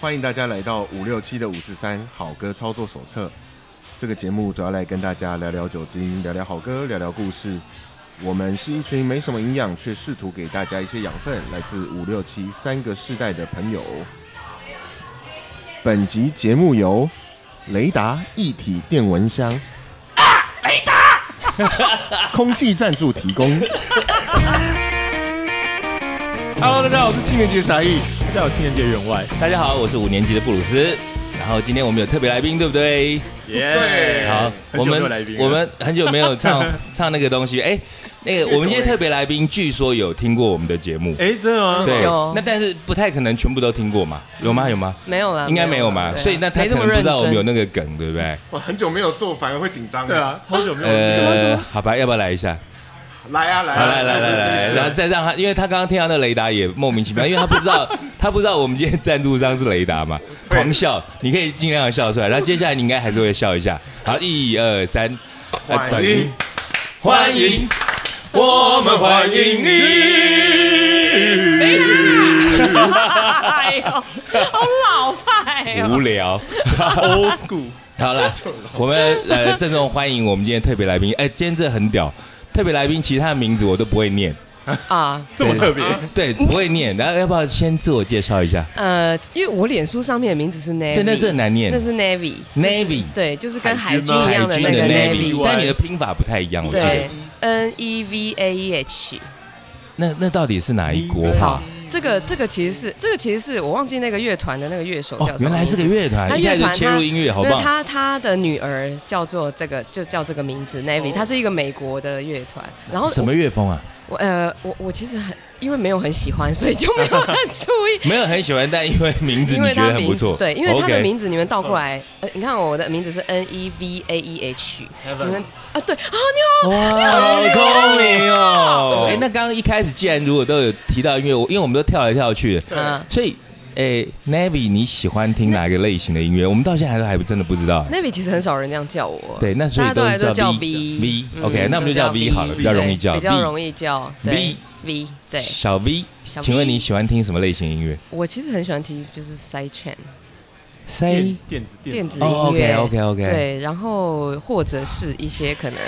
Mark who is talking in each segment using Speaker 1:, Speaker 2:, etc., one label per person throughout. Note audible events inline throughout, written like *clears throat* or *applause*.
Speaker 1: 欢迎大家来到五六七的五四三好歌操作手册。这个节目主要来跟大家聊聊酒精，聊聊好歌，聊聊故事。我们是一群没什么营养，却试图给大家一些养分，来自五六七三个世代的朋友。本集节目由雷达一体电蚊香啊，雷达空气赞助提供。Hello，大家好，我是青年节傻义。
Speaker 2: 大家有青年节员外，
Speaker 3: 大家好，我是五年级的布鲁斯。然后今天我们有特别来宾，对不对？
Speaker 2: 耶
Speaker 3: 好，
Speaker 2: 哎很
Speaker 3: 我
Speaker 2: 久没有
Speaker 3: 们
Speaker 2: 来宾了，
Speaker 3: 我们很久没有唱唱那个东西。哎，那个我们今天特别来宾，据说有听过我们的节目，
Speaker 2: 哎，真的吗？
Speaker 3: 对
Speaker 4: 有，
Speaker 3: 那但是不太可能全部都听过嘛？有吗？有吗？
Speaker 4: 没有啦，
Speaker 3: 应该没有
Speaker 4: 啦
Speaker 3: 嘛，
Speaker 4: 对啊
Speaker 3: 所以那他
Speaker 4: 没
Speaker 3: 可
Speaker 4: 这么
Speaker 3: 能不
Speaker 4: 认
Speaker 3: 知道我们有那
Speaker 4: 真。
Speaker 3: 个梗，对不对？
Speaker 1: 我很久没有做，反而会紧张。
Speaker 2: 对，啊，超久没有。
Speaker 3: 呃，好吧，要不要来一下？
Speaker 1: 来啊来
Speaker 3: 好，
Speaker 1: 啊
Speaker 3: 来来来来，然后再让他，因为他刚刚听到那雷达也莫名其妙，因为他不知道他不知道我们今天赞助商是雷达嘛，狂笑，你可以尽量笑出来。然后接下来你应该还是会笑一下。好，一二三，呃
Speaker 1: 欢迎
Speaker 3: 转移欢迎，我们欢迎你。
Speaker 4: 哎呦，好老派哦！
Speaker 3: 无聊， *laughs*
Speaker 2: Old school，
Speaker 3: 好了，我们呃郑重欢迎我们今天特别来宾。哎，今天这很屌，特别来宾其他的名字我都不会念，
Speaker 4: 啊，
Speaker 2: 这么特别，
Speaker 3: 对，不会念。然后要不要先自我介绍一下？
Speaker 4: 呃，因为我脸书上面的名字是 Navy，
Speaker 3: 对，那这很难念
Speaker 4: 哎那。是 Navy，
Speaker 3: Navy
Speaker 4: 对，就是跟
Speaker 2: 海
Speaker 4: 海
Speaker 2: 军
Speaker 4: 军
Speaker 2: 吗
Speaker 4: 一样的那个
Speaker 2: 海军的 Navy
Speaker 4: Navy，
Speaker 3: 但你的拼法不太一样，我记得
Speaker 4: 对。，N E V A E H。
Speaker 3: 那那到底是哪一国法？
Speaker 4: 这个这个其实是这个其实是我忘记那个乐团的那个乐手
Speaker 3: 哦
Speaker 4: 叫什，么
Speaker 3: 原来是个
Speaker 4: 名字
Speaker 3: 乐团，
Speaker 4: 他
Speaker 3: 一
Speaker 4: 乐
Speaker 3: 开始
Speaker 4: 团
Speaker 3: 切入音乐，好
Speaker 4: 因为
Speaker 3: 棒。
Speaker 4: 他他的女儿叫做这个就叫这个名字 Navy，他是一个美国的乐团，然后
Speaker 3: 哦什么乐风啊？。
Speaker 4: 我呃，我我其实很因为没有很喜欢，所以就没有很注
Speaker 3: *laughs*
Speaker 4: 意
Speaker 3: 没有很喜欢，但因为名字
Speaker 4: 因
Speaker 3: 你
Speaker 4: 为
Speaker 3: 觉
Speaker 4: 他
Speaker 3: 得很
Speaker 4: 名
Speaker 3: 不
Speaker 4: 字
Speaker 3: 错，
Speaker 4: 对，因为他的
Speaker 3: OK
Speaker 4: 名字你们倒过来，呃，你看我的名字是 N E V A E H，你们啊对啊，你好，
Speaker 3: 哇，好聪明哦！
Speaker 4: *laughs* 对
Speaker 3: 哎，那刚刚一开始既然如果都有提到音乐，我因为我们都跳来跳去的，
Speaker 4: 嗯
Speaker 3: 所以哎，Navy 你喜欢听哪个类型的音乐？我们到现在都还真的不知道。
Speaker 4: ，Navy 其实很少人这样叫我，
Speaker 3: 对，那所
Speaker 4: 大
Speaker 3: 以
Speaker 4: 家都还
Speaker 3: 是
Speaker 4: 都
Speaker 3: 叫
Speaker 4: 叫
Speaker 3: V
Speaker 4: V，嗯
Speaker 3: OK，那我们就叫 V 好了，比较容易叫
Speaker 4: 对比较
Speaker 3: V
Speaker 4: 容易叫
Speaker 3: V
Speaker 4: ，V V 对，
Speaker 3: 小 V，
Speaker 4: 小 V
Speaker 3: 请问你喜欢听什么类型音乐？
Speaker 4: 我其实很喜欢听就是 side chain
Speaker 3: 塞
Speaker 4: 嗯
Speaker 2: 电子
Speaker 4: 电子
Speaker 3: 哦
Speaker 4: 音乐
Speaker 3: ，OK，OK，OK、
Speaker 4: 对，然后或者是一些可能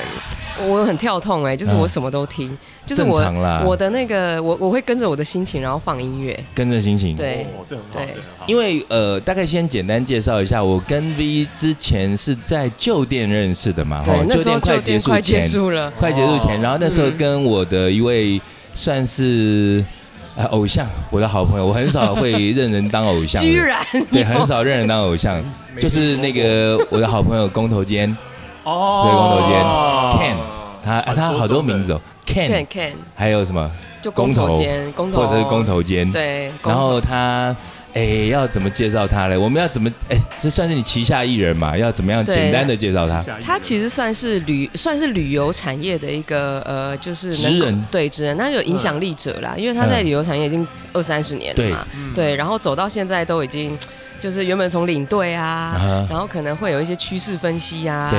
Speaker 4: 我很跳痛哎、就是
Speaker 3: 嗯
Speaker 4: 我什么都听，就是
Speaker 3: 正
Speaker 4: 我
Speaker 3: 常啦
Speaker 4: 我的那个我我会跟着我的心情然后放音乐，
Speaker 3: 跟着心情。
Speaker 4: 对
Speaker 2: 哦，这很好，
Speaker 4: 对
Speaker 2: 这很好。
Speaker 3: 因
Speaker 2: 为
Speaker 3: 为呃，大概先简单介绍一下，我跟 V 之前是在旧店认识的嘛，
Speaker 4: 对，那时候
Speaker 3: 快
Speaker 4: 就
Speaker 3: 结
Speaker 4: 店
Speaker 3: 束
Speaker 4: 快结
Speaker 3: 前，
Speaker 4: 束了，
Speaker 3: 快结束前，
Speaker 2: 哦
Speaker 3: 然后那时候
Speaker 4: 嗯
Speaker 3: 跟我的一位算是呃偶像，我的好朋友，我很少会认人当偶像的，
Speaker 4: *laughs* 居然
Speaker 3: 对，很少认人当偶像，就是那个我的好朋友工头坚，对光头
Speaker 2: 哦，
Speaker 3: 坚 Ken 他啊他好多名字哦
Speaker 4: can
Speaker 3: ，Ken，
Speaker 4: *laughs* can
Speaker 3: 还有什么，
Speaker 4: 就
Speaker 3: 公
Speaker 4: 公
Speaker 3: 投
Speaker 4: 头间公头
Speaker 3: 或者是工头坚，
Speaker 4: 对，公
Speaker 3: 然
Speaker 4: 投
Speaker 3: 后他，哎、要怎么介绍他嘞？我们要怎么，哎、这算是你旗下艺人嘛？要怎么样
Speaker 4: 对
Speaker 3: 简单的介绍他？
Speaker 4: 它其实算是旅算是旅游产业的一个呃，就是能
Speaker 3: 职人嗯
Speaker 4: 对职人，那有影响力者啦，因为他在旅游产业已经二三十年了嘛，对，然后走到现在都已经。就是原本从领队啊
Speaker 3: 啊
Speaker 4: 然后可能会有一些趋势分析啊，
Speaker 3: 对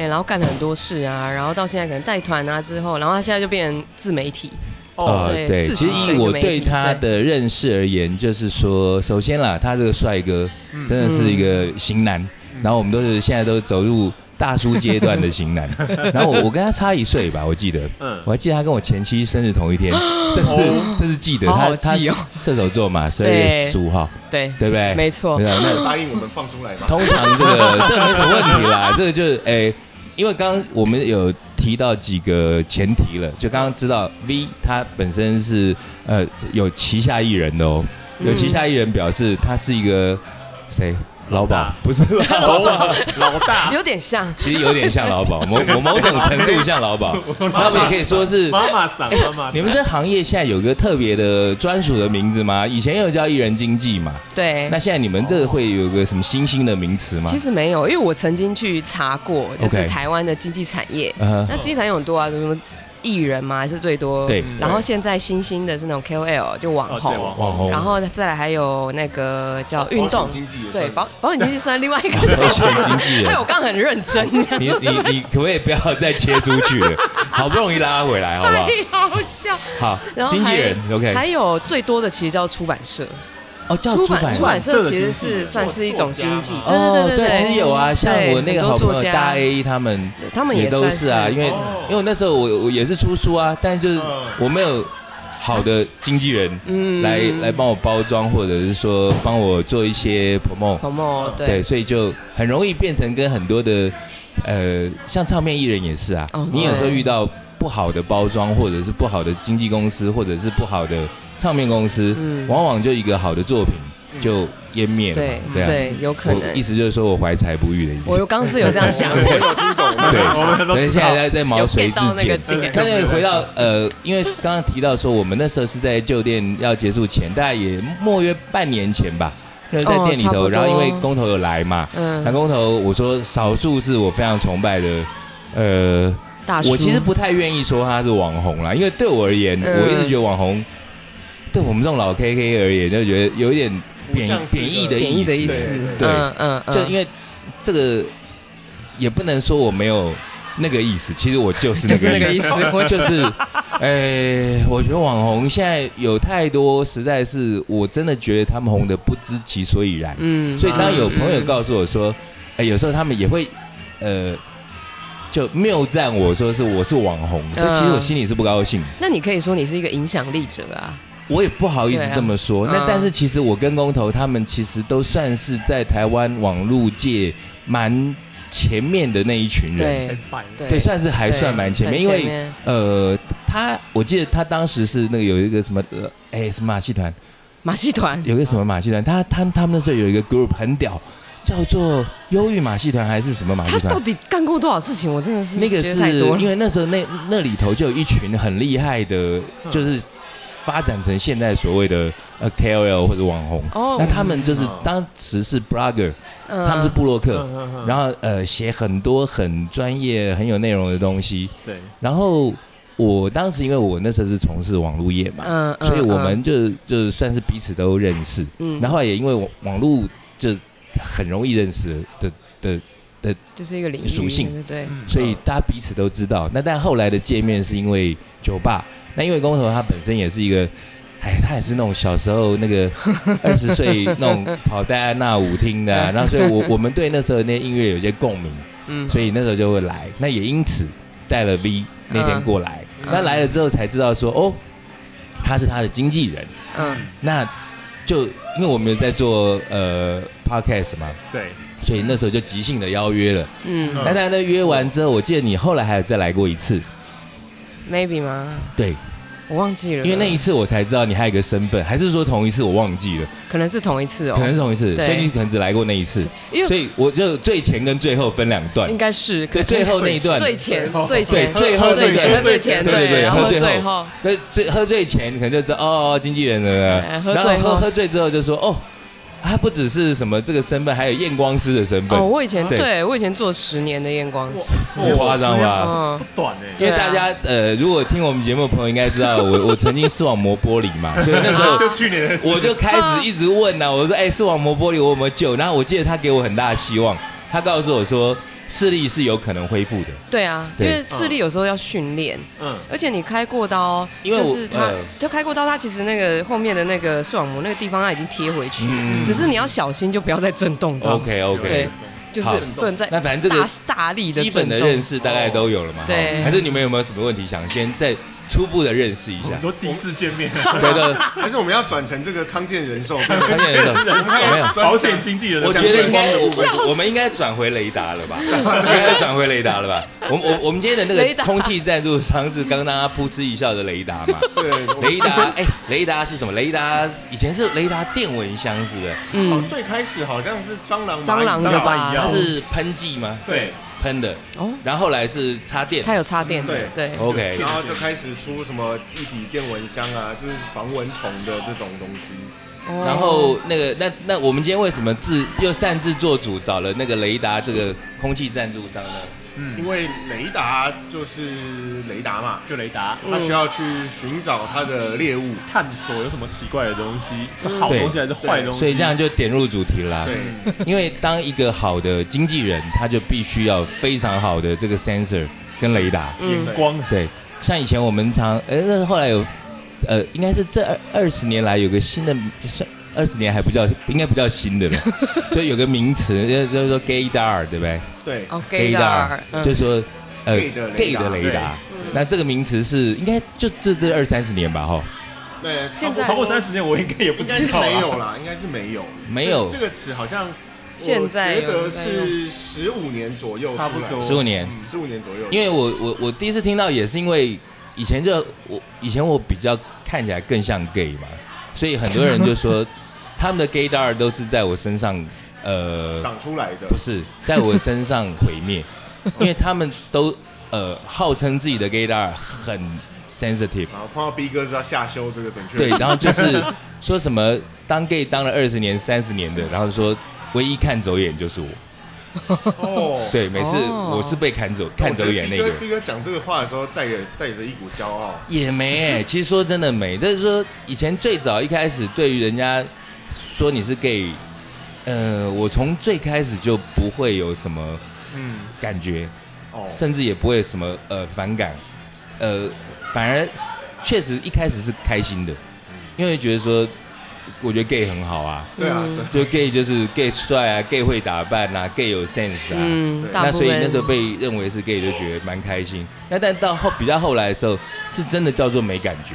Speaker 4: 哎，然后干了很多事啊，然后到现在可能带团啊之后，然后他现在就变成自媒体，
Speaker 2: 哦，
Speaker 4: 对
Speaker 3: 对，
Speaker 4: 自
Speaker 3: 其
Speaker 4: 己
Speaker 3: 实
Speaker 4: 成
Speaker 3: 以
Speaker 4: 一个
Speaker 3: 我
Speaker 4: 媒
Speaker 3: 对
Speaker 4: 体
Speaker 3: 他
Speaker 4: 对
Speaker 3: 的认识而言，就是说，首先啦，他这个帅哥真的是一
Speaker 4: 嗯
Speaker 3: 个型男，然后我们都是现在都走入大叔阶段的型男，然后我我跟他差一岁吧，我记得，
Speaker 2: 嗯，
Speaker 3: 我还记得他跟我前妻生日同一
Speaker 4: *laughs*
Speaker 3: 天，这是这是记得，
Speaker 4: 好
Speaker 3: 他
Speaker 4: 好
Speaker 3: 他
Speaker 4: 记哦
Speaker 3: 射手座嘛，十二月
Speaker 4: 对哦
Speaker 3: 十五号，
Speaker 4: 对，
Speaker 3: 对不对？
Speaker 4: 没错
Speaker 3: 对，啊那
Speaker 1: 答应我们放出来吗？
Speaker 3: 通常这个这个没什么问题
Speaker 4: *laughs*
Speaker 3: 啦，这个就是诶、因为刚刚我们有提到几个前提了，就刚刚知道 V 他本身是呃有旗下艺人的哦，
Speaker 4: 嗯
Speaker 3: 有旗下艺人表示他是一个谁老鸨
Speaker 2: 大，
Speaker 3: 不是老鸨，
Speaker 2: 老
Speaker 4: *laughs*
Speaker 3: 啊
Speaker 2: 大
Speaker 4: 有点像，
Speaker 3: 其实有点像老
Speaker 4: *laughs*
Speaker 3: 鸨，某某某种程度像老鸨，那我们也可以说是。
Speaker 2: 妈妈桑，妈妈
Speaker 3: 你
Speaker 2: 桑，
Speaker 3: 们这行业现在有个特别的专属的名字吗？以前有叫艺人经纪嘛，
Speaker 4: 对
Speaker 3: 那，现在你们这会有个什么新兴的名词吗？
Speaker 4: 其实没有，因为我曾经去查过，就是
Speaker 3: OK
Speaker 4: 台湾的经济产业，
Speaker 3: 呃，
Speaker 4: 那经常有很多啊，什么艺人嘛，还是最多。
Speaker 3: 对
Speaker 4: 然后现在新兴的是那种 KOL，就网
Speaker 2: 哦
Speaker 4: 红，
Speaker 2: 对网
Speaker 3: 网红，
Speaker 4: 然后再来还有那个叫运动，
Speaker 1: 经济也
Speaker 4: 对
Speaker 1: 算
Speaker 4: 保保险经纪算另外一个
Speaker 3: *laughs* 保险经纪人
Speaker 4: 哎，我刚刚很认真，
Speaker 3: *laughs* 你你你可不可以不要再切出
Speaker 4: *laughs*
Speaker 3: 去了？好不容易拉回来，好不好？
Speaker 4: 太好笑。
Speaker 3: 好，
Speaker 4: 哎然后
Speaker 3: 经纪人
Speaker 4: 还
Speaker 3: ，OK，
Speaker 4: 还有最多的其实叫出版社，
Speaker 3: 哦，叫
Speaker 4: 出
Speaker 3: 出版
Speaker 4: 出
Speaker 3: 社。
Speaker 4: 版社其实是算是一种经济，对
Speaker 3: 哦，
Speaker 4: 对对
Speaker 3: 其实有啊，像
Speaker 4: 对
Speaker 3: 我那个
Speaker 4: 很多
Speaker 3: 好朋
Speaker 4: 作
Speaker 3: 友
Speaker 4: 家
Speaker 3: 大 A 他们
Speaker 4: 对他们也
Speaker 3: 也都
Speaker 4: 算
Speaker 3: 是啊，因为
Speaker 2: 哦
Speaker 3: 因为我那时候我我也是出书啊，但就是
Speaker 2: 嗯
Speaker 3: 我没有好的经纪人
Speaker 4: 嗯
Speaker 3: 来来帮我包装，或者是说帮我做一些 promo，
Speaker 4: 红梦
Speaker 3: 对，
Speaker 4: 对
Speaker 3: 所以就很容易变成跟很多的呃，像唱片艺人也是啊
Speaker 4: 哦，
Speaker 3: 你有时候
Speaker 4: 对
Speaker 3: 遇到不好的包装，或者是不好的经纪公司，或者是不好的唱片公司，
Speaker 4: 嗯
Speaker 3: 往往就一个好的作品
Speaker 2: 嗯
Speaker 3: 就湮灭了
Speaker 4: 对
Speaker 3: 嘛，啊。
Speaker 4: 对，有可
Speaker 3: 我
Speaker 4: 能
Speaker 3: 意。思就是说我怀才不遇的意
Speaker 4: 我
Speaker 3: 思
Speaker 4: 有。刚是有这样想
Speaker 1: 我有听懂，
Speaker 3: 对
Speaker 2: 我们都
Speaker 3: 所以
Speaker 2: 知
Speaker 3: 现
Speaker 2: 道
Speaker 3: 在。在在毛
Speaker 4: 有
Speaker 3: 遂
Speaker 4: get
Speaker 3: 自
Speaker 4: 到那个
Speaker 3: 荐。
Speaker 4: 点，
Speaker 3: 但是回到呃，因为刚刚提到说，我们那时候是在旧店要结束前，大概也莫约半年前吧，那时候在
Speaker 4: 哦
Speaker 3: 店里
Speaker 4: 差不
Speaker 3: 头，
Speaker 4: 多
Speaker 3: 然后因为工头有来嘛，南
Speaker 4: *laughs* 嗯，
Speaker 3: 工头，我说少数是我非常崇拜的，呃，
Speaker 4: 大叔，
Speaker 3: 我其实不太愿意说他是网红啦，因为对我而言，
Speaker 4: 嗯
Speaker 3: 我一直觉得网红，对我们这种老 KK 而言，就觉得有一点贬
Speaker 1: 不像是
Speaker 3: 贬义
Speaker 1: 个
Speaker 3: 的
Speaker 4: 贬义的意思
Speaker 1: 思，
Speaker 3: 对
Speaker 4: 嗯嗯嗯，
Speaker 3: 就因为这个也不能说我没有那个意思，其实我就是那
Speaker 4: *laughs* 就是那
Speaker 3: 个
Speaker 4: 个
Speaker 3: 意
Speaker 4: 意
Speaker 3: 思，
Speaker 4: 思，
Speaker 3: *laughs*
Speaker 4: 我
Speaker 3: 就是，哎、我觉得网红现在有太多，实在是我真的觉得他们红的不知其所以然。
Speaker 4: 嗯，
Speaker 3: 所以当有朋友
Speaker 4: 嗯
Speaker 3: 告诉我说，哎、有时候他们也会，呃，就谬赞我说是我是网红，
Speaker 4: 嗯
Speaker 3: 所以其实我心里是不高兴，
Speaker 4: 那你可以说你是一个影响力者啊，
Speaker 3: 我也不好意思
Speaker 4: 对啊
Speaker 3: 这么说。那
Speaker 4: 嗯
Speaker 3: 但是其实我跟工头他们其实都算是在台湾网络界蛮前面的那一群人，
Speaker 4: 对对
Speaker 3: 对，算是还算蛮前面，因
Speaker 4: 很
Speaker 3: 为呃，他我记得他当时是那个有一个什么呃，哎、什么马戏团，
Speaker 4: 马戏团
Speaker 3: 有一个什么马戏团，他他他们那时候有一个 group 很屌。叫做忧郁马戏团还是什么马戏
Speaker 4: 他
Speaker 3: 团？
Speaker 4: 到底干过多少事情？我真的
Speaker 3: *laughs*
Speaker 4: 是
Speaker 3: 那个
Speaker 4: 觉
Speaker 3: 是
Speaker 4: 得太多了
Speaker 3: 因为那时候那那里头就有一群很厉害的，
Speaker 2: 嗯
Speaker 3: 就是发展成现在所谓的呃 KOL 或者网红。
Speaker 4: 哦
Speaker 3: 那他们就是
Speaker 1: 嗯
Speaker 3: 当时是 blogger，
Speaker 4: 嗯
Speaker 3: 他们是布洛克，然
Speaker 2: 后
Speaker 3: 后呃写很多很专业、很有内容的东西。
Speaker 2: 对，
Speaker 3: 然后我当时因为我那时候是从事网络业嘛，
Speaker 4: 嗯嗯
Speaker 3: 所以我们就就算是彼此都认识。
Speaker 4: 嗯
Speaker 3: 然后也因为网网络就很容易认识的的
Speaker 4: 就是一个领域
Speaker 3: 属性
Speaker 4: 对对对
Speaker 2: 嗯
Speaker 3: 所以大家彼此都知道。那但后来的界面是因为酒吧，那因为工头他本身也是一个，哎，他也是那种小时候那
Speaker 4: *laughs*
Speaker 3: 个二十岁那种跑戴安娜舞厅的啊、
Speaker 4: *laughs*
Speaker 3: 然后所以我我们对那时候那些音乐有些共鸣，
Speaker 4: 嗯
Speaker 3: 所以那时候就会来。那也因此带了 V 那天过来，
Speaker 4: 嗯
Speaker 3: 那来了之后才知道说哦，他是他的经纪人。
Speaker 4: 嗯
Speaker 3: 那就因为我们有在做呃 podcast 嘛，
Speaker 2: 对，
Speaker 3: 所以那时候就即兴的邀约了。
Speaker 4: 嗯
Speaker 3: 丹丹呢约完之后，我记得你后来还有再来过一次，
Speaker 4: maybe 吗？
Speaker 3: 对，
Speaker 4: 我忘记了，
Speaker 3: 因为那一次我才知道你还有一个身份，还是说同一次我忘记了，
Speaker 4: 可能是同一次哦，
Speaker 3: 可能是同一次，
Speaker 4: 对
Speaker 3: 所以你可能只来过那一次，
Speaker 4: 因
Speaker 3: 所
Speaker 4: 为
Speaker 3: 以我就最前跟最后分两段
Speaker 4: 应，该是
Speaker 3: 对，最后那一段，
Speaker 4: 最前最
Speaker 3: 对
Speaker 4: 前
Speaker 3: 最后
Speaker 4: 最
Speaker 3: 最
Speaker 4: 前
Speaker 3: 后
Speaker 4: 最前
Speaker 3: 对对对
Speaker 4: 然
Speaker 3: 喝
Speaker 4: 后
Speaker 3: 最后
Speaker 4: 最后
Speaker 3: 那最喝醉前可能就知道哦，经纪人的，
Speaker 4: 哎
Speaker 3: 然
Speaker 4: 喝
Speaker 3: 后
Speaker 4: 醉
Speaker 3: 喝
Speaker 4: 后
Speaker 3: 喝醉之后就说哦，他不只是什么这个身份，还有验光师的身份
Speaker 4: 哦，，我以前
Speaker 3: 对
Speaker 4: 对我以前做十年的验光师，
Speaker 3: 不夸张吧？
Speaker 4: 嗯
Speaker 2: 不短哎，
Speaker 3: 因为
Speaker 4: 对啊
Speaker 3: 大家呃，如果听我们节目的朋友应该知道，我 *laughs* 我曾经视网膜玻璃嘛，所以那时
Speaker 4: 啊
Speaker 2: *laughs*
Speaker 3: 候
Speaker 2: 就去年的事
Speaker 3: *laughs* 我就开始一直问呐、
Speaker 4: *laughs*
Speaker 3: 我说：“哎、视网膜玻璃我有没有救？”然后我记得他给我很大的希望，他告诉我说，视力是有可能恢复的，
Speaker 4: 对啊，因
Speaker 3: 对
Speaker 4: 为视力有时候要训练，
Speaker 2: 嗯
Speaker 4: 而且你开过刀，
Speaker 3: 因为
Speaker 4: 就
Speaker 3: 我
Speaker 4: 是它
Speaker 3: 呃，
Speaker 4: 就开过刀，它其实那个后面的那个视网膜那个地方它已经贴回去，
Speaker 3: 嗯
Speaker 4: 只是你要小心，就不要再震动到。
Speaker 3: OK
Speaker 4: 对
Speaker 3: OK，
Speaker 4: 就是
Speaker 3: 好
Speaker 4: 不能再
Speaker 3: 那反正这个
Speaker 4: 大大力的哦
Speaker 3: 基本的认识大概都有了嘛。
Speaker 4: 对
Speaker 3: 哈还是你们有没有什么问题想先再初步的认识一下
Speaker 2: 很？多第一次见
Speaker 3: *laughs*
Speaker 2: 面，
Speaker 3: 对对，
Speaker 1: 还是我们要转成这个康健人寿？对不对
Speaker 3: 关键的
Speaker 1: 我们还有专
Speaker 2: 保险经纪人的
Speaker 3: 我
Speaker 2: 身
Speaker 3: 觉
Speaker 2: 份，
Speaker 3: 得应
Speaker 1: 光
Speaker 3: 该，
Speaker 1: 的部分
Speaker 3: 我我们应该转回雷达了吧？应该转回雷达了吧？我我我们今天的那
Speaker 4: 雷
Speaker 3: 个
Speaker 4: 达
Speaker 3: 空气赞助商是刚刚大家噗嗤一笑的雷达嘛？
Speaker 1: 对，我
Speaker 3: 雷达，哎，雷达是什么？雷达以前是雷达电蚊香，是不是？
Speaker 1: 哦
Speaker 4: 嗯，
Speaker 1: 最开始好像是蟑螂蚂蚁
Speaker 4: 蟑螂的吧
Speaker 2: 蟑螂一
Speaker 3: 它
Speaker 2: 样
Speaker 3: 是喷剂吗？
Speaker 1: 对
Speaker 3: 喷的，
Speaker 4: 哦，
Speaker 3: 然后后来是插电。
Speaker 4: 它有插电的，对，
Speaker 3: OK，
Speaker 1: 然后就开始出什么一体电蚊香啊，就是防蚊虫的这种东西。
Speaker 4: 哦
Speaker 3: 然后那个那那我们今天为什么自又擅自做主找了那个雷达这个空气赞助商呢？
Speaker 1: 因为雷达就是雷达嘛，
Speaker 2: 就雷达
Speaker 4: 嗯
Speaker 1: 它需要去寻找它的猎物。
Speaker 2: 探索有什么奇怪的东西，是好东西还是坏东西？
Speaker 3: 所以这样就点入主题啦。
Speaker 1: 对，
Speaker 3: 因为当一个好的经纪人，他就必须要非常好的这个 sensor 跟雷达。
Speaker 4: 嗯
Speaker 2: 眼光
Speaker 3: 对，像以前我们常，呃，那后来有，呃，应该是这二二十年来有个新的算二十年还不叫，应该不叫新的了，就有个名词，就就是说 gaydar，对不对
Speaker 1: 对，
Speaker 4: 哦，gaydar，嗯
Speaker 3: 啊就是说呃
Speaker 1: gay 的雷达
Speaker 3: gay 的雷达。那这个名词是应该就这这二三十年吧，哈，
Speaker 1: 对，
Speaker 4: 现在
Speaker 2: 超过三十年，我应
Speaker 3: *laughs*
Speaker 2: 该也不
Speaker 1: 应
Speaker 2: 知
Speaker 1: 该是
Speaker 2: 道啊
Speaker 1: 没有啦， *laughs* 应该是没有，
Speaker 3: 没有
Speaker 1: 这个词好像呃
Speaker 4: 现在
Speaker 1: 我
Speaker 4: 有
Speaker 1: 觉
Speaker 4: 人
Speaker 1: 得
Speaker 4: 在用
Speaker 1: 是十五年左右出来，嗯
Speaker 2: 差不多
Speaker 3: 十五年。
Speaker 1: 十五年左右，
Speaker 3: 因为我我我第一次听到也是因为以前就我以前我比较看起来更像 gay 嘛，所以很多人就说他们的 gaydar 都是在我身上，呃，
Speaker 1: 长出来的
Speaker 3: 不是在我身上毁灭，因为他们都呃号称自己的 gaydar 很 sensitive，
Speaker 1: 然后碰到 B 哥就要下修这个准确
Speaker 3: 对
Speaker 1: 率，，
Speaker 3: 然后就是 *laughs* 说什么当 gay 当了二十年三十年的，然后说唯一看走眼就是我，
Speaker 1: 哦，
Speaker 3: 对，每次
Speaker 4: 哦
Speaker 3: 我是被看走看走眼那
Speaker 1: 我觉得。
Speaker 3: 个人
Speaker 1: B 哥 B 哥讲这个话的时候，带着带着一股骄傲，
Speaker 3: 也没哎、其实说真的没，但是说以前最早一开始对于人家说你是 gay，呃，我从最开始就不会有什么
Speaker 2: 嗯，
Speaker 3: 感觉，
Speaker 1: 哦，
Speaker 3: 甚至也不会什么呃反感，呃，反而确实一开始是开心的，因为觉得说，我觉得 gay 很好啊，
Speaker 1: 对啊，
Speaker 4: 嗯
Speaker 1: 对
Speaker 3: 就 gay 就是 gay 帅啊，gay 会打扮啊，gay 有 sense 啊，
Speaker 4: 嗯，
Speaker 1: 对
Speaker 4: 大
Speaker 3: 那
Speaker 4: 部
Speaker 3: 所以
Speaker 4: 分
Speaker 3: 那时候被认为是 gay 就觉得蛮开心。那但到后比较后来的时候，是真的叫做没感觉，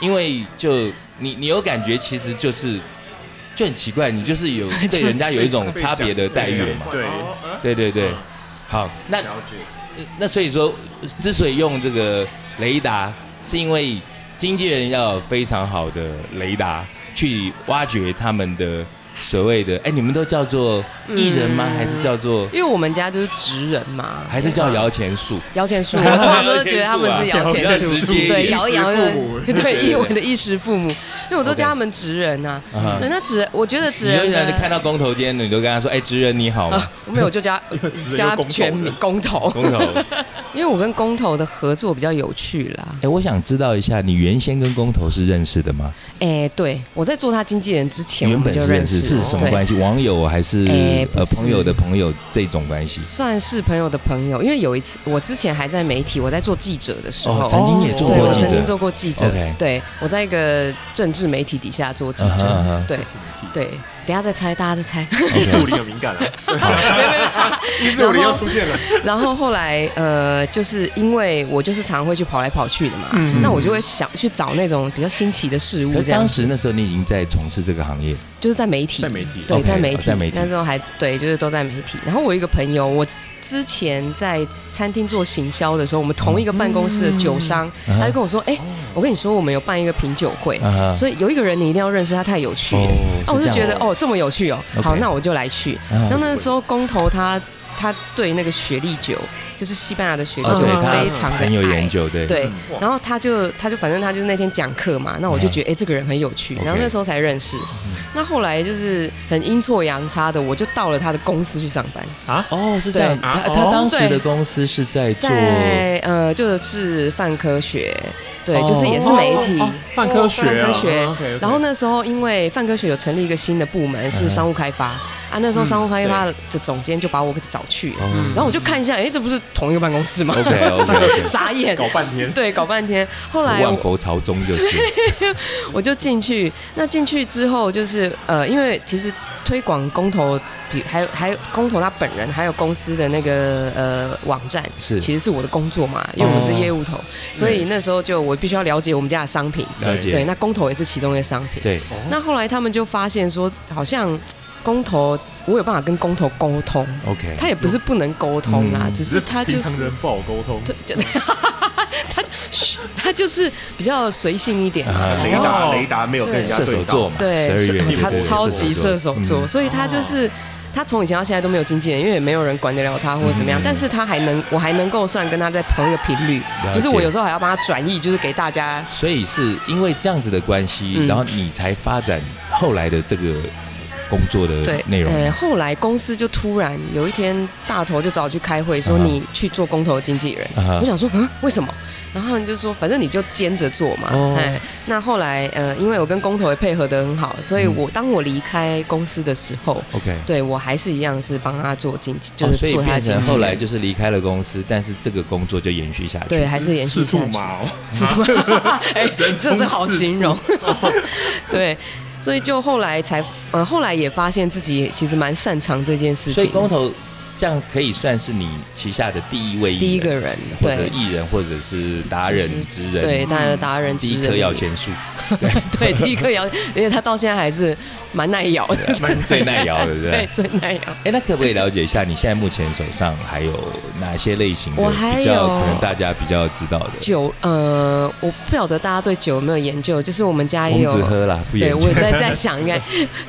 Speaker 3: 因为就你你有感觉，其实就是就很奇怪，你就是
Speaker 4: *laughs*
Speaker 3: 有对人家有一种差别的待遇了嘛。
Speaker 2: 对
Speaker 1: 哦呃
Speaker 3: 对对
Speaker 4: 嗯
Speaker 3: 对，好，那
Speaker 1: 了解，
Speaker 3: 那所以说，之所以用这个雷达，是因为经纪人要有非常好的雷达去挖掘他们的所谓的，哎，你们都叫做艺人吗？还是叫做
Speaker 4: 因为我们家就是直人嘛，
Speaker 3: 还是叫摇钱树？
Speaker 4: 摇
Speaker 3: *laughs*
Speaker 4: 钱树，我通常都是觉得他们是摇
Speaker 3: 摇
Speaker 4: 钱
Speaker 3: 钱树啊
Speaker 4: 树
Speaker 3: 比较直接一点，
Speaker 4: 对，摇一摇
Speaker 1: 衣食父母
Speaker 4: 对，因为我的衣食父母，因为我都
Speaker 3: OK
Speaker 4: 叫他们直人呐
Speaker 3: 啊哈。
Speaker 4: 对，那直，我觉得直
Speaker 3: 你就
Speaker 4: 人
Speaker 3: 想你
Speaker 4: 呢
Speaker 3: 看到工头今天，你就跟他说：“哎，职人你好吗
Speaker 4: 啊，没有，我就叫
Speaker 2: 为直人
Speaker 4: *laughs* 叫他
Speaker 2: 有公投
Speaker 4: 全
Speaker 2: 的
Speaker 4: 名公投？”，
Speaker 3: *laughs* 工头，
Speaker 4: 因为我跟公投的合作比较有趣啦。
Speaker 3: 哎，我想知道一下，你原先跟工头是认识的吗？
Speaker 4: 哎，对我在做他经纪人之前，我
Speaker 3: 原
Speaker 4: 们
Speaker 3: 本
Speaker 4: 就是认
Speaker 3: 认
Speaker 4: 识
Speaker 3: 识，是什么
Speaker 4: 对
Speaker 3: 关系？网友还是
Speaker 4: 哎不
Speaker 3: 呃
Speaker 4: 是
Speaker 3: 朋友的朋友这种关系？
Speaker 4: 算是朋友的朋友，因为有一次我之前还在媒体，我在做记者的时候，
Speaker 3: 哦，曾经也
Speaker 4: 对
Speaker 3: 做
Speaker 4: 我
Speaker 3: 过记
Speaker 4: 曾
Speaker 1: 哦
Speaker 4: 经
Speaker 3: 者，
Speaker 4: 做过记者
Speaker 3: OK，
Speaker 4: 对我在一个政治媒体底下做记
Speaker 3: 嗯哼嗯
Speaker 4: 者，
Speaker 3: 哼
Speaker 4: 对
Speaker 2: 这是媒体
Speaker 4: 对，等一下再猜，大家再猜。 *laughs*
Speaker 2: 艺术里很敏感啊，
Speaker 1: 一四五零又出现了，
Speaker 4: 然后后来呃，就是因为我就是常会去跑来跑去的嘛，
Speaker 2: 嗯
Speaker 4: 那我就会想去找那种比较新奇的事物，
Speaker 3: 可
Speaker 4: 这
Speaker 3: 是
Speaker 4: 样
Speaker 3: 当
Speaker 4: 子
Speaker 3: 时那时候你已经在从事这个行业，
Speaker 4: 就是在媒体
Speaker 2: 在，媒体，
Speaker 4: 对，
Speaker 3: OK，
Speaker 4: 在媒
Speaker 3: 哦
Speaker 4: 体
Speaker 3: 在媒，体
Speaker 4: 那时候还对，就是都在媒体。然后我有一个朋友，我之前在餐厅做行销的时候，我们同一个办公室的酒商，
Speaker 3: 嗯
Speaker 4: 他就跟我说：“哎、我跟你说，我们有办一个品酒会，
Speaker 3: 啊
Speaker 4: 所以有一个人你一定要认识，他太有趣了。
Speaker 3: 哦
Speaker 4: 啊，我
Speaker 3: 是
Speaker 4: 就
Speaker 3: 这
Speaker 4: 觉
Speaker 3: 样
Speaker 4: 得哦，这么有趣哦，
Speaker 3: OK
Speaker 4: 好，那我就来去。
Speaker 3: 啊
Speaker 4: 然后那时候公投他他对那个雪莉酒，就是西班牙的雪莉
Speaker 3: 哦，
Speaker 4: 酒
Speaker 3: 对
Speaker 4: 非
Speaker 3: 他
Speaker 4: 常的
Speaker 3: 很有
Speaker 4: 爱
Speaker 3: 研究，对，
Speaker 4: 对
Speaker 1: 嗯，哇
Speaker 4: 然后他就他就反正他就是那天讲课嘛，那我就觉得哎、诶这个人很有趣，
Speaker 3: 嗯 OK 嗯
Speaker 4: 然后那时候才认识。那后来就是很阴错阳差的，我就到了他的公司去上班，
Speaker 3: 哦，是这样。
Speaker 2: 对
Speaker 3: 他
Speaker 2: 啊
Speaker 3: 他
Speaker 2: 哦
Speaker 3: 当时
Speaker 4: 对
Speaker 3: 的公司是在做
Speaker 4: 在呃就是泛科学，对，
Speaker 3: 哦
Speaker 4: 就是也是媒体。
Speaker 2: 哦，泛科学啊，
Speaker 4: 泛科学
Speaker 2: 嗯，OK，OK
Speaker 4: 然后？那时候，因为泛科学有成立一个新的部
Speaker 3: 嗯
Speaker 4: 门是商务开发啊，那时候商务开发的总监就把我给找去了，
Speaker 3: 哦
Speaker 4: 然后我就看一下，哎，这不是同一个办公
Speaker 3: *laughs*
Speaker 4: 室吗？
Speaker 3: ，OK
Speaker 4: *laughs*
Speaker 3: OK，
Speaker 4: 傻眼，
Speaker 2: 搞半天，
Speaker 4: 对，搞半天。后来
Speaker 3: 万
Speaker 4: 我
Speaker 3: 佛朝宗就是
Speaker 4: 我就进去，那进去之后就是呃，因为其实推广公投，比还有还有公投他本人，还有公司的那个呃网站，
Speaker 3: 是
Speaker 4: 其实是我的工作嘛，因为我是
Speaker 3: 哦
Speaker 4: 业务头，所以那时候就我必须要了解我们家的商品，
Speaker 3: 了
Speaker 4: 对，
Speaker 3: 解，
Speaker 4: 那公投也是其中一个商品。
Speaker 3: 对，
Speaker 2: 嗯
Speaker 4: 那后来他们就发现说，好像公投我有办法跟公投沟通，
Speaker 3: OK，
Speaker 4: 他也不是不能沟通啦，
Speaker 3: 嗯
Speaker 4: 只是他就
Speaker 2: 平
Speaker 4: 是
Speaker 2: 常人不好沟通，
Speaker 4: 对，就 *laughs* 他就嘘他就是比较随性一点嘛，
Speaker 3: 啊
Speaker 4: 然
Speaker 1: 雷达
Speaker 4: 后
Speaker 1: 雷达没有跟人家
Speaker 3: 射手
Speaker 1: 对
Speaker 3: 座
Speaker 1: 到，
Speaker 3: 嘛，十
Speaker 4: 对，
Speaker 3: 二月
Speaker 4: 是
Speaker 3: 对
Speaker 4: 他
Speaker 3: 对对
Speaker 4: 超级射手座，
Speaker 3: 嗯
Speaker 4: 所以他就是。他从以前到现在都没有经纪人，因为也没有人管得了他或者怎么样，
Speaker 3: 嗯
Speaker 4: 但是他还能，我还能够算跟他在同一个频率，
Speaker 3: 了解
Speaker 4: 就是我有时候还要帮他转译，就是给大家
Speaker 3: 所以是因为这样子的关系，
Speaker 4: 嗯
Speaker 3: 然后你才发展后来的这个工作的
Speaker 4: 对
Speaker 3: 内容。
Speaker 4: 呃后来公司就突然有一天，大头就找我去开会，说
Speaker 3: 啊哈
Speaker 4: 你去做公投的经纪人。
Speaker 3: 啊哈
Speaker 4: 我想说，嗯，为什么？然后他们就说，反正你就兼着做嘛。
Speaker 3: 哦
Speaker 4: 哎，那后来呃，因为我跟工头也配合得很好，所以
Speaker 3: 嗯
Speaker 4: 我、当我离开公司的时候，
Speaker 3: OK，
Speaker 4: 对我还是一样是帮他做经纪，就
Speaker 3: 哦
Speaker 4: 是
Speaker 3: 所以
Speaker 4: 做他
Speaker 3: 变
Speaker 4: 的经纪人。
Speaker 3: 成后来就是离开了公司，但是这个工作就延续下去。
Speaker 4: 对，，还是延续
Speaker 2: 赤
Speaker 4: 下
Speaker 2: 兔
Speaker 3: *laughs*
Speaker 4: 去。
Speaker 2: 马哦，
Speaker 4: 哎，这是好形容。对，所以就后来才呃后来也发现自己其实蛮擅长这件事情。
Speaker 3: 所以公投这样可以算是你旗下的第一位艺人
Speaker 4: 第一个人
Speaker 3: 或者
Speaker 4: 对
Speaker 3: 艺人或者是达人
Speaker 4: 就
Speaker 3: 职人，
Speaker 4: 对，他的达人
Speaker 3: 第
Speaker 4: 之
Speaker 3: 一颗摇钱树，
Speaker 4: *laughs* 对，第一颗摇，而且他到现在还是蛮耐摇的，
Speaker 3: 蛮 *laughs*
Speaker 4: *laughs*
Speaker 3: 最耐摇的，对不
Speaker 4: 对
Speaker 3: 对？，
Speaker 4: 最耐摇。
Speaker 3: 哎，那可不可以了解一下你现在目前手上还有哪些类型的
Speaker 4: 我还
Speaker 3: 比较
Speaker 4: 有
Speaker 3: 可能大家比较知道的？
Speaker 4: 酒，呃，我不晓得大家对酒有没有研究，就是我们家
Speaker 3: 我
Speaker 4: 也
Speaker 3: 们
Speaker 4: 有，
Speaker 3: 只喝啦，不
Speaker 4: 对
Speaker 3: 研
Speaker 4: 我
Speaker 3: 究。
Speaker 4: 也在在想，应该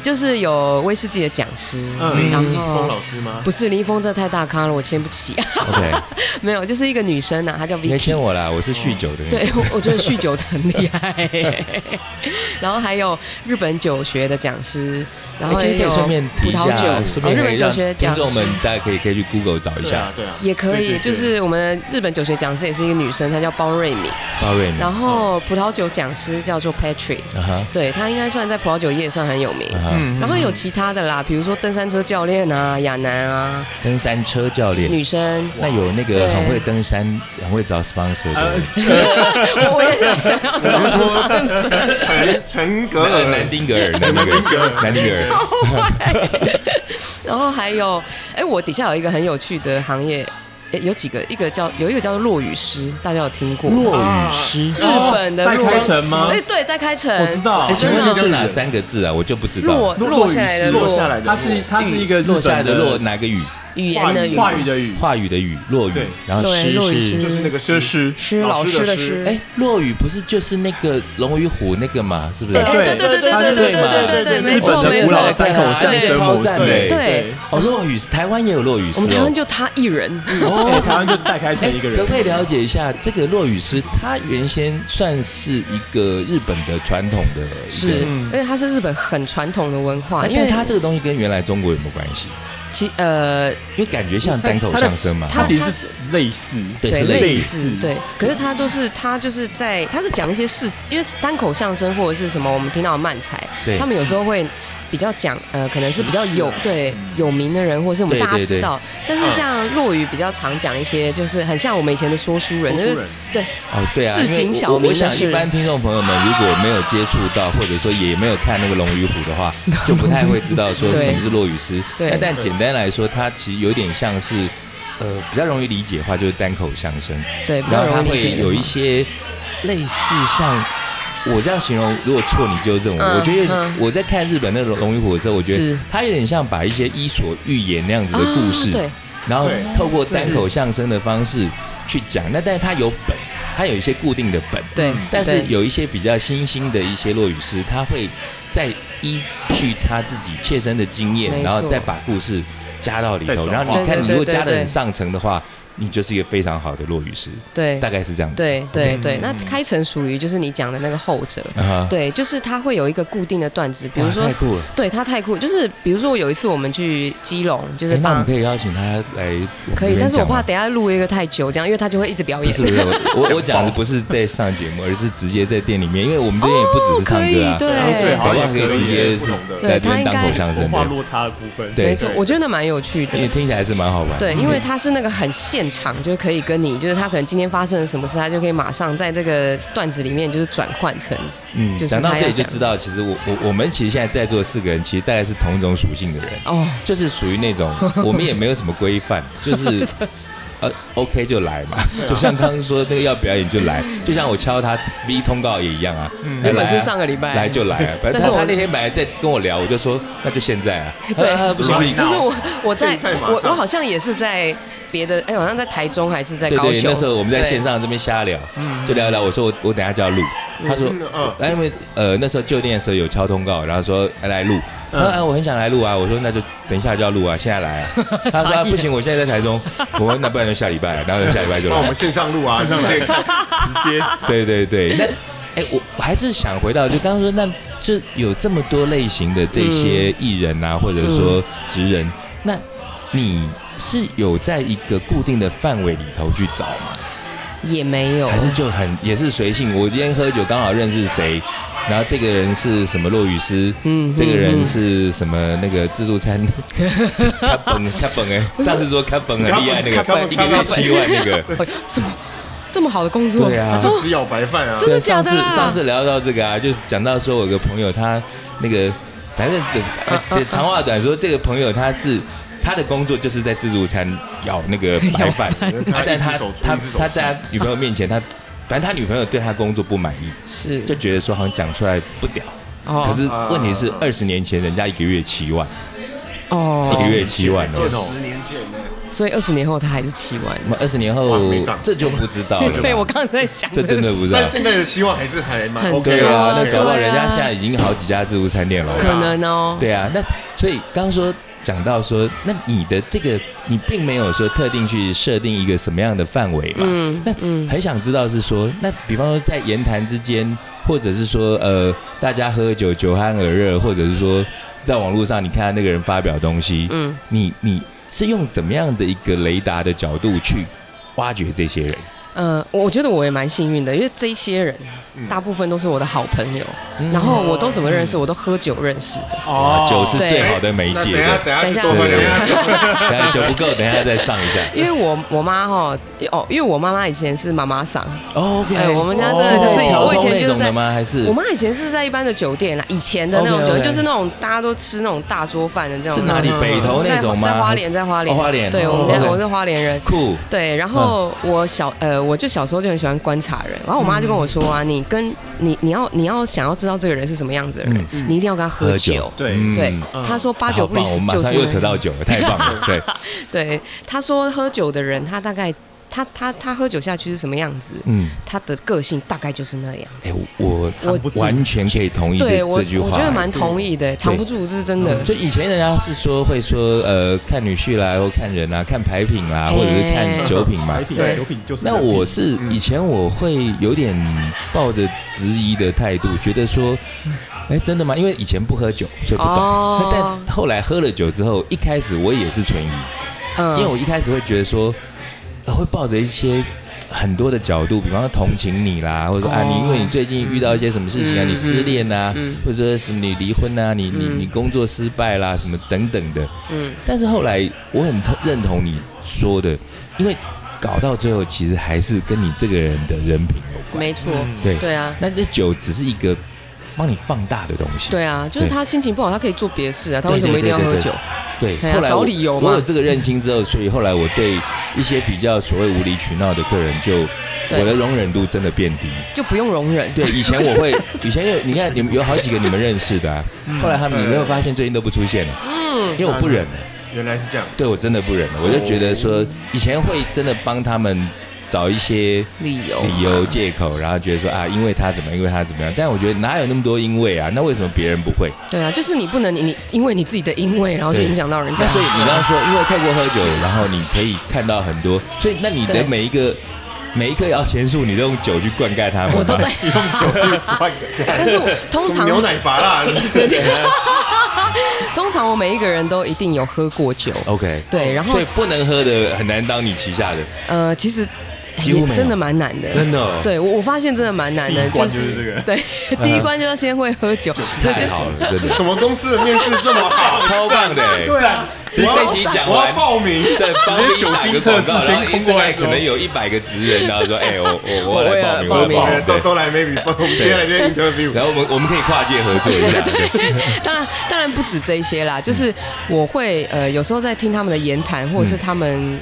Speaker 4: 就是有威士忌的讲师，
Speaker 2: 嗯
Speaker 4: 然
Speaker 1: 林峰
Speaker 4: 后
Speaker 1: 老师吗？
Speaker 4: 不是林一峰，这太大咖了，我签不起，啊
Speaker 3: OK，
Speaker 4: *laughs* 没有，就是一个女生啊，她叫
Speaker 3: 你可以
Speaker 4: Vicky
Speaker 3: 签。我啦，我是酗酒的那种。
Speaker 4: 对，我我觉得酗酒的很
Speaker 3: *laughs*
Speaker 4: 厉害， *laughs* 然后还有日本酒学的讲师，然
Speaker 3: 哎
Speaker 4: 后
Speaker 3: 其实
Speaker 4: 也
Speaker 3: 可
Speaker 4: 有
Speaker 3: 以顺便提一
Speaker 4: 葡
Speaker 3: 下
Speaker 4: 萄酒，
Speaker 3: 啊，顺便
Speaker 4: 哦
Speaker 3: 可
Speaker 4: 日
Speaker 3: 以
Speaker 4: 本酒
Speaker 3: 让
Speaker 4: 学
Speaker 3: 听
Speaker 4: 讲
Speaker 3: 众
Speaker 4: 师
Speaker 3: 们大家可以可以去 Google 找一
Speaker 1: 对
Speaker 3: 下
Speaker 1: 啊，对啊，
Speaker 4: 也可
Speaker 1: 对
Speaker 4: 以，
Speaker 1: 对对
Speaker 4: 就是我们日本酒学讲师也是一个女生，她叫包瑞敏，
Speaker 3: 包瑞明。
Speaker 4: 然后葡萄酒讲师叫做 Patrick，
Speaker 3: 啊哈，
Speaker 4: 对她应该算在葡萄酒业算很有名。
Speaker 3: 啊哈，
Speaker 1: 嗯
Speaker 4: 然后有其他的啦，比如说登山车教练啊、亚楠啊、
Speaker 3: 登山车教练。
Speaker 4: 女生，
Speaker 3: 那有那个
Speaker 4: 对
Speaker 3: 很会登山、很会找 sponsor 的
Speaker 4: 我我也想想要找什么
Speaker 1: 陈陈格
Speaker 3: 呃
Speaker 1: 尔
Speaker 3: 南丁格尔， *laughs* 南丁格尔，南丁格 *laughs* 尔，
Speaker 4: *laughs* 然后还有，哎，我底下有一个很有趣的行业，诶有几个，一个叫有一个叫做落雨师，大家有听过？
Speaker 3: 落雨师。
Speaker 4: 日本的
Speaker 2: 在
Speaker 4: 落
Speaker 2: 开城吗？
Speaker 4: 哎，对，在开城，
Speaker 2: 我知道
Speaker 3: 哎，，请问这是哪三个字啊？我就不知
Speaker 4: 啊落
Speaker 3: 道。
Speaker 4: 落下来的
Speaker 1: 落
Speaker 4: 落
Speaker 1: 下，来的
Speaker 2: 它是它是一个日
Speaker 3: 落
Speaker 2: 本
Speaker 3: 下来的落哪个雨？
Speaker 4: 语言的语，
Speaker 2: 话语的语，
Speaker 3: 话语的语，落雨
Speaker 2: 对。
Speaker 3: 然后
Speaker 4: 对落雨
Speaker 3: 师
Speaker 4: 师
Speaker 3: 是。
Speaker 1: 就是那个
Speaker 2: 这是
Speaker 4: 师老师的
Speaker 1: 老师的
Speaker 4: 师
Speaker 1: 师，
Speaker 3: 哎，落雨不是就是那个龙与虎那个嘛？是不是？
Speaker 4: 哎
Speaker 2: 对
Speaker 4: 对对对对
Speaker 2: 他
Speaker 4: 对
Speaker 2: 是
Speaker 4: 对
Speaker 3: 对嘛
Speaker 4: 对对对，没
Speaker 2: 日本
Speaker 4: 错
Speaker 2: 的
Speaker 4: 没
Speaker 2: 古
Speaker 4: 错啊
Speaker 2: 老，的单口相声模式，
Speaker 4: 对对
Speaker 3: 哦，落雨，台湾也有落雨师
Speaker 4: 我
Speaker 3: 哦。
Speaker 4: 们台湾就他一人，
Speaker 2: 对，
Speaker 4: *laughs*
Speaker 3: 哦，
Speaker 2: 台湾就带开成一个人，
Speaker 3: 哎可不可以了解一下这个落雨师？他原先算是一个日本的传统的一个，
Speaker 4: 是
Speaker 2: 嗯，
Speaker 4: 而且它是日本很传统的文化，
Speaker 3: 哎
Speaker 4: 因为
Speaker 3: 但他这个东西跟原来中国有没有关系？
Speaker 4: 其呃
Speaker 3: 因为感觉像单口相声嘛，
Speaker 2: 它
Speaker 4: 它的
Speaker 2: 其实是类似，
Speaker 3: 对是
Speaker 4: 类
Speaker 3: 类
Speaker 2: 似
Speaker 4: 似对，可是它都是它就是在它是讲一些事，因为单口相声或者是什么，我们听到的漫才，
Speaker 3: 对
Speaker 4: 他们有时候会。比较讲呃，可能是比较
Speaker 2: 时
Speaker 4: 有
Speaker 2: 事嗯
Speaker 4: 对有名的人，或者是我们
Speaker 3: 对
Speaker 4: 大家
Speaker 3: 对
Speaker 4: 知
Speaker 3: 对嗯
Speaker 4: 道。但是像落雨比较常讲一些，就是很像我们以前的说书
Speaker 2: 说
Speaker 4: 人，就
Speaker 2: 书
Speaker 4: 是
Speaker 2: 人
Speaker 4: 对
Speaker 3: 哦，对啊，
Speaker 4: 市
Speaker 3: 因
Speaker 4: 井
Speaker 3: 为我
Speaker 4: 小
Speaker 3: 我
Speaker 4: 民
Speaker 3: 我想
Speaker 4: 但是
Speaker 3: 一般听众朋友们如果没有接触到，或者说也没有看那个《龙与虎》的
Speaker 4: *laughs*
Speaker 3: 话，就不太会知道说
Speaker 4: 对
Speaker 3: 什么是落雨师。
Speaker 4: 对
Speaker 3: 那但简单来说，它其实有点像是，呃，比较容易理解的话就是单口相声，
Speaker 4: 对比
Speaker 3: 然
Speaker 4: 较
Speaker 3: 后它
Speaker 4: 容易理解
Speaker 3: 会
Speaker 4: 的
Speaker 3: 有一
Speaker 4: 话
Speaker 3: 些类似像。我这样形容，如果错你纠正我。
Speaker 4: 嗯
Speaker 3: 我觉得
Speaker 4: 嗯
Speaker 3: 我在看日本那个《龙与虎》的时候，我觉得
Speaker 4: 是
Speaker 3: 它有点像把一些《伊索寓言》那样子的故事，
Speaker 4: 啊
Speaker 2: 嗯
Speaker 4: 对
Speaker 3: 然后
Speaker 1: 对
Speaker 3: 透过单口相声的方式去讲。那但是它有本，它有一些固定的本，
Speaker 4: 对，
Speaker 3: 但是
Speaker 4: 对
Speaker 3: 有一些比较新兴的一些落语师，他会再依据他自己切身的经验，
Speaker 4: 没错
Speaker 3: 然后再把故事加到里
Speaker 2: 再
Speaker 3: 头。
Speaker 2: 转
Speaker 3: 然后你
Speaker 4: 化
Speaker 3: 看，你如果
Speaker 4: 对对对
Speaker 3: 加的
Speaker 4: 对
Speaker 3: 很上层的话，你就是一个非常好的落语师，
Speaker 4: 对
Speaker 3: 大概是这样的。
Speaker 4: 对对对，
Speaker 2: 嗯
Speaker 4: 那开城属于就是你讲的那个后者，
Speaker 3: 啊哈，
Speaker 4: 对，就是它会有一个固定的段子，比如
Speaker 3: 哇
Speaker 4: 说
Speaker 3: 太，酷了。
Speaker 4: 对它太酷，就是比如说我有一次我们去基隆，就是
Speaker 3: 哎那我
Speaker 4: 帮
Speaker 3: 们可以邀请他来我们这边讲吗，
Speaker 4: 可以，但是我怕等一下录一个太久，这样，因为他就会一直表
Speaker 3: 不
Speaker 4: 演
Speaker 3: 是。不是，我我我讲的不是在上节目，而是直接在店里面，因为我们这边也不只是唱
Speaker 4: 哦可以
Speaker 3: 歌啊，，
Speaker 2: 对
Speaker 4: 对
Speaker 2: 好
Speaker 3: 搞不好
Speaker 2: 也
Speaker 3: 可以
Speaker 2: 可以
Speaker 3: 直接
Speaker 1: 不
Speaker 3: 是
Speaker 1: 同的
Speaker 4: 对
Speaker 3: 在这
Speaker 4: 他
Speaker 3: 边
Speaker 4: 应
Speaker 3: 单口
Speaker 4: 该
Speaker 3: 相
Speaker 2: 文
Speaker 3: 声
Speaker 2: 化
Speaker 3: 的，
Speaker 2: 落差的部分，
Speaker 3: 对
Speaker 4: 没错，我觉得蛮有趣
Speaker 3: 因为嗯
Speaker 4: 的。
Speaker 3: 听起来是蛮好玩。
Speaker 4: 对，因为他是那个很现场，就是可以跟你，就是他可能今天发生了什么事，他就可以马上在这个段子里面就是转换成，
Speaker 3: 嗯，
Speaker 4: 就是
Speaker 3: 讲到
Speaker 4: 他
Speaker 3: 这里
Speaker 4: 要
Speaker 3: 就
Speaker 4: 讲
Speaker 3: 知道，其实我我我们其实现在在座四个人，其实大概是同一种属性的人，
Speaker 4: 哦，
Speaker 3: 就是属于那
Speaker 4: *laughs*
Speaker 3: 种我们也没有什么规范，就是。呃，OK 就来嘛，
Speaker 4: 啊
Speaker 3: 就像刚刚说那个要表演就
Speaker 4: *laughs*
Speaker 3: 来，就像我敲他 V 通告也一样啊，来
Speaker 4: 嗯原本是
Speaker 3: 来啊
Speaker 4: 上个礼拜
Speaker 3: 来就来啊，反正
Speaker 4: 但是
Speaker 3: 他
Speaker 4: 我
Speaker 3: 他那天本来在跟我聊，我就说那就现在啊，
Speaker 4: *laughs* 对
Speaker 3: 啊啊不行不行，
Speaker 4: 可是我我在
Speaker 1: 现在马
Speaker 4: 我
Speaker 1: 上
Speaker 4: 我好像也是在别的，哎，好像在台中还是在
Speaker 3: 对
Speaker 4: 高
Speaker 3: 对，
Speaker 4: 雄，
Speaker 3: 那时候我们在
Speaker 4: 对
Speaker 3: 线上这边瞎聊，就聊一聊，我说我我等一下就要录，他说
Speaker 1: 嗯嗯
Speaker 3: 哎，因为呃那时候就店的时候有敲通告，然后说哎来录，他
Speaker 2: 嗯
Speaker 3: 说哎我很想来录啊，我说那就等一下就要录啊，现在来啊，他说啊不行，我现在在台中，我说那不然就下礼拜，然后就下礼拜就
Speaker 1: 那我
Speaker 3: 来
Speaker 1: *laughs* 们，线上录啊，让这个
Speaker 2: 直接
Speaker 3: 对对对，那哎我我还是想回到就刚刚说，那就有这么多类型的这些艺人啊，或者说职人，那你是有在一个固定的范围里头去找吗？
Speaker 4: 也没有，
Speaker 3: 还是就很也是随性。我今天喝酒刚好认识谁，然后这个人是什么落雨师，
Speaker 4: 嗯
Speaker 3: 这个人
Speaker 4: 嗯
Speaker 3: 是什么那个自助餐，他本他本哎，上次说他本很厉害那
Speaker 1: 卡
Speaker 3: 个，
Speaker 1: 本
Speaker 3: 一个月七万那个，
Speaker 4: 哎哦什么这么好的工作，
Speaker 3: 对啊
Speaker 1: 他就只咬白饭啊
Speaker 4: 真。的
Speaker 3: 对
Speaker 4: 假的
Speaker 3: 上
Speaker 4: 啦
Speaker 3: 次上次聊到这个啊，就讲到说，我有个朋友他那个，反正这这长话短说，这个朋友他是他的工作就是在自助餐咬那个白饭，
Speaker 1: 他
Speaker 3: 啊但
Speaker 1: 一
Speaker 3: 他
Speaker 1: 只手出
Speaker 3: 他
Speaker 1: 一只手
Speaker 3: 他
Speaker 1: 进
Speaker 3: 在他女朋友面前，他反正他女朋友对他工作不满意，
Speaker 4: 是
Speaker 3: 就觉得说好像讲出来不屌。
Speaker 4: 哦
Speaker 3: 可是
Speaker 1: 啊
Speaker 3: 问题是，二十年前人家一个月七万，
Speaker 4: 哦
Speaker 3: 一个月七万哦
Speaker 1: 天。哦
Speaker 5: 十年前呢，
Speaker 4: 所以二十年后他还是七
Speaker 3: *laughs*
Speaker 4: 万。
Speaker 3: 我们二十年
Speaker 1: 哇
Speaker 3: 后
Speaker 1: 没涨，
Speaker 3: 这就不知道了。
Speaker 4: *laughs* 对，我刚刚在想
Speaker 3: 这
Speaker 4: 个事，
Speaker 3: 真的不知道
Speaker 1: 啊但。现在的希望还是还蛮
Speaker 4: 很
Speaker 1: OK
Speaker 3: 对
Speaker 1: 啦
Speaker 3: 啊，那
Speaker 1: OK 啦
Speaker 3: 搞不好
Speaker 4: 对啊
Speaker 3: 人家现在已经好几家自助餐店了。
Speaker 4: 可能哦。
Speaker 3: 对啊，那所以刚刚说讲到说，那你的这个你并没有说特定去设定一个什么样的范围嘛？
Speaker 4: 嗯
Speaker 3: 那
Speaker 4: 嗯
Speaker 3: 很想知道是说，那比方说在言谈之间，或者是说呃大家喝酒酒酣耳热，或者是说在网络上你看到那个人发表东西，
Speaker 4: 嗯，
Speaker 3: 你你是用怎么样的一个雷达的角度去挖掘这些人？
Speaker 4: 呃，我觉得我也蛮幸运的，因为这一些人
Speaker 1: 嗯
Speaker 4: 大部分都是我的好朋友，
Speaker 3: 嗯
Speaker 4: 然后我都怎么认识，我都喝酒认识
Speaker 3: *laughs*
Speaker 4: 的。
Speaker 2: 哦
Speaker 3: 酒是最
Speaker 4: 对
Speaker 3: 好的媒
Speaker 1: 啊哎那
Speaker 3: 介
Speaker 1: 等一下
Speaker 3: 的，
Speaker 1: 等一下去
Speaker 4: 等
Speaker 1: 多
Speaker 4: 一下
Speaker 1: 喝两
Speaker 3: 对
Speaker 1: 杯。
Speaker 3: 等一下酒不够，等一下再上一下。
Speaker 4: 因为我我妈哈哦，因为我妈妈以前是妈妈桑，
Speaker 3: *laughs* 哦 OK，
Speaker 4: 哎我们家真的
Speaker 3: 哦
Speaker 4: 就是
Speaker 3: 调
Speaker 4: 我以
Speaker 3: 通
Speaker 4: 前
Speaker 3: 那
Speaker 4: 就是
Speaker 3: 种的
Speaker 4: 在
Speaker 3: 吗？还是
Speaker 4: 我妈以前是在一般的酒店啦，以前的那种
Speaker 3: OK，OK
Speaker 4: 酒店就是那种大家都吃那种大桌饭的这种。
Speaker 3: 是哪里
Speaker 4: 嗯
Speaker 3: 北投那种吗？
Speaker 4: 在在花莲，在花莲，
Speaker 3: 哦花莲
Speaker 4: 对，
Speaker 3: 哦
Speaker 4: 我们家
Speaker 3: OK 嗯
Speaker 4: 我是花莲人。
Speaker 3: 酷
Speaker 4: 对，然后我小呃，我就小时候就很喜欢观察人，然后我妈就
Speaker 3: 嗯
Speaker 4: 跟我说啊，你跟你你要你要想要知道这个人是什么样子的人，你一定要跟他
Speaker 3: 嗯
Speaker 4: 喝
Speaker 3: 喝酒
Speaker 4: 酒。
Speaker 2: 对
Speaker 3: 嗯
Speaker 4: 对，她说八
Speaker 3: 好
Speaker 4: 九不离
Speaker 3: 棒！我
Speaker 4: 十
Speaker 3: 们马
Speaker 4: 就
Speaker 3: 上
Speaker 4: 是
Speaker 3: 又扯到酒
Speaker 4: *laughs*
Speaker 3: 了，太棒了。对，
Speaker 4: 对，她说喝酒的人，他大概他他他喝酒下去是什么样子，
Speaker 3: 嗯，
Speaker 4: 他的个性大概就是那样。
Speaker 3: 哎，我
Speaker 4: 我
Speaker 3: 我完全可以哎同意这
Speaker 4: 对我
Speaker 3: 这句话。嗯
Speaker 4: 我觉得蛮同意的，藏不住这是真的。
Speaker 3: 就以前人家是说会说呃看女婿啦，或看人啊，看牌品啦，
Speaker 4: 嘿
Speaker 3: 或者是看酒品嘛
Speaker 2: 白。品
Speaker 4: 对
Speaker 2: 酒品就是
Speaker 3: 那
Speaker 2: 人品
Speaker 3: 我是
Speaker 4: 嗯
Speaker 3: 以前我会有点抱着质疑的态度，觉得说，哎，真的吗？因为以前不喝酒，所以不懂。那
Speaker 4: 哦
Speaker 3: 但后来喝了酒之后，一开始我也是存疑，
Speaker 4: 嗯
Speaker 3: 因为我一开始会觉得说，呃会抱着一些呃很多的角度，比方说同情你啦，或者说、啊，
Speaker 4: 哦
Speaker 3: 你因为你最近遇到一些什么事情啊，
Speaker 4: 嗯
Speaker 3: 你失恋啊，
Speaker 4: 嗯
Speaker 3: 或者说什么你离婚啊，你你
Speaker 4: 嗯
Speaker 3: 你工作失败啦，什么等等的。
Speaker 4: 嗯
Speaker 3: 但是后来我很同认同你说的，因为搞到最后其实还是跟你这个人的人品有关。
Speaker 4: 没错，
Speaker 3: 嗯对，
Speaker 4: 对啊。
Speaker 3: 但这酒只是一个帮你放大的东西。
Speaker 4: 对啊，就是他心情不好，他可以做别的事啊，他为什么一定要喝酒？
Speaker 3: 对，
Speaker 4: 哎呀
Speaker 3: 后来我
Speaker 4: 找理由嘛
Speaker 3: 我有这个认清之后，所以后来我对一些比较所谓无理取闹的客人就，
Speaker 4: 对
Speaker 3: 我的容忍度真的变低。
Speaker 4: 就不用容忍。 *laughs*
Speaker 3: 对，以前我会，以前有你看你们有好几个你们认识的、啊，后来他们你没有发现最近都不出现了，
Speaker 4: 嗯，
Speaker 3: 因为我不忍了，啊
Speaker 1: 原来是这样，
Speaker 3: 对我真的不忍啊了，我就觉得
Speaker 4: 哦
Speaker 3: 说以前会真的帮他们找一些。
Speaker 4: 理由
Speaker 3: *laughs* 理由、借口，然后觉得说啊，因为他怎么样，因为他怎么样。但我觉得哪有那么多因为啊？那为什么别人不会？
Speaker 4: 对啊，就是你不能你你因为你自己的因为，然后就
Speaker 3: 对
Speaker 4: 影响到人家
Speaker 3: 那。所以你刚刚说，因为泰国喝酒，然后你可以看到很多，所以那你的
Speaker 4: 对
Speaker 3: 每一个每一棵摇钱树，你都用酒去灌溉它们吗？
Speaker 4: *laughs* 我都在， *laughs*
Speaker 1: 换一个
Speaker 4: 但是我
Speaker 3: *laughs*
Speaker 4: 通常
Speaker 1: 牛奶拔啦，你是
Speaker 4: 通常我每一个人都一定有喝过酒，
Speaker 3: OK。
Speaker 4: 对，然后
Speaker 3: 所以不能喝的很难当你旗下的，
Speaker 4: 呃，其实
Speaker 3: 几乎
Speaker 4: 也
Speaker 3: 没有
Speaker 4: 真的蛮难的，
Speaker 3: 真的哦
Speaker 4: 对我我发现真的蛮难的，
Speaker 2: 第一关
Speaker 4: 是
Speaker 2: 就是这个
Speaker 3: *laughs*
Speaker 4: 对，第一关就要先会喝酒，对，
Speaker 3: 太
Speaker 4: 就是
Speaker 3: 好了，真
Speaker 1: *laughs*
Speaker 3: 的
Speaker 1: 什么公司的面试这么好？
Speaker 3: 超棒的欸。
Speaker 1: *laughs* 对啊，
Speaker 3: 这这集讲
Speaker 1: 我要
Speaker 3: 完，
Speaker 1: 报名。
Speaker 3: 对，帮你
Speaker 2: 酒
Speaker 3: 打
Speaker 2: 精
Speaker 3: 个
Speaker 2: 测
Speaker 3: 广
Speaker 2: 试
Speaker 3: 告，
Speaker 2: 先
Speaker 3: 然后
Speaker 2: 空过
Speaker 3: 大
Speaker 2: 来
Speaker 3: 概
Speaker 2: 之
Speaker 3: 可
Speaker 2: 后
Speaker 3: 能有一百个职人，然后说，哎，我我我
Speaker 4: 我
Speaker 3: 要
Speaker 4: 也
Speaker 3: 来
Speaker 4: 要
Speaker 3: 报名，我要报
Speaker 4: 报名
Speaker 1: 对
Speaker 3: 名，
Speaker 1: 都
Speaker 3: 对
Speaker 1: 都来 maybe 啊报名，今天来这边 interview。
Speaker 3: 然后我们我们可以跨界合作一下，对
Speaker 4: *laughs* 当然，当然不止这些
Speaker 3: 嗯
Speaker 4: 啦，就是我会呃，有时候在听他们的言谈，或
Speaker 3: 嗯
Speaker 4: 者是他们。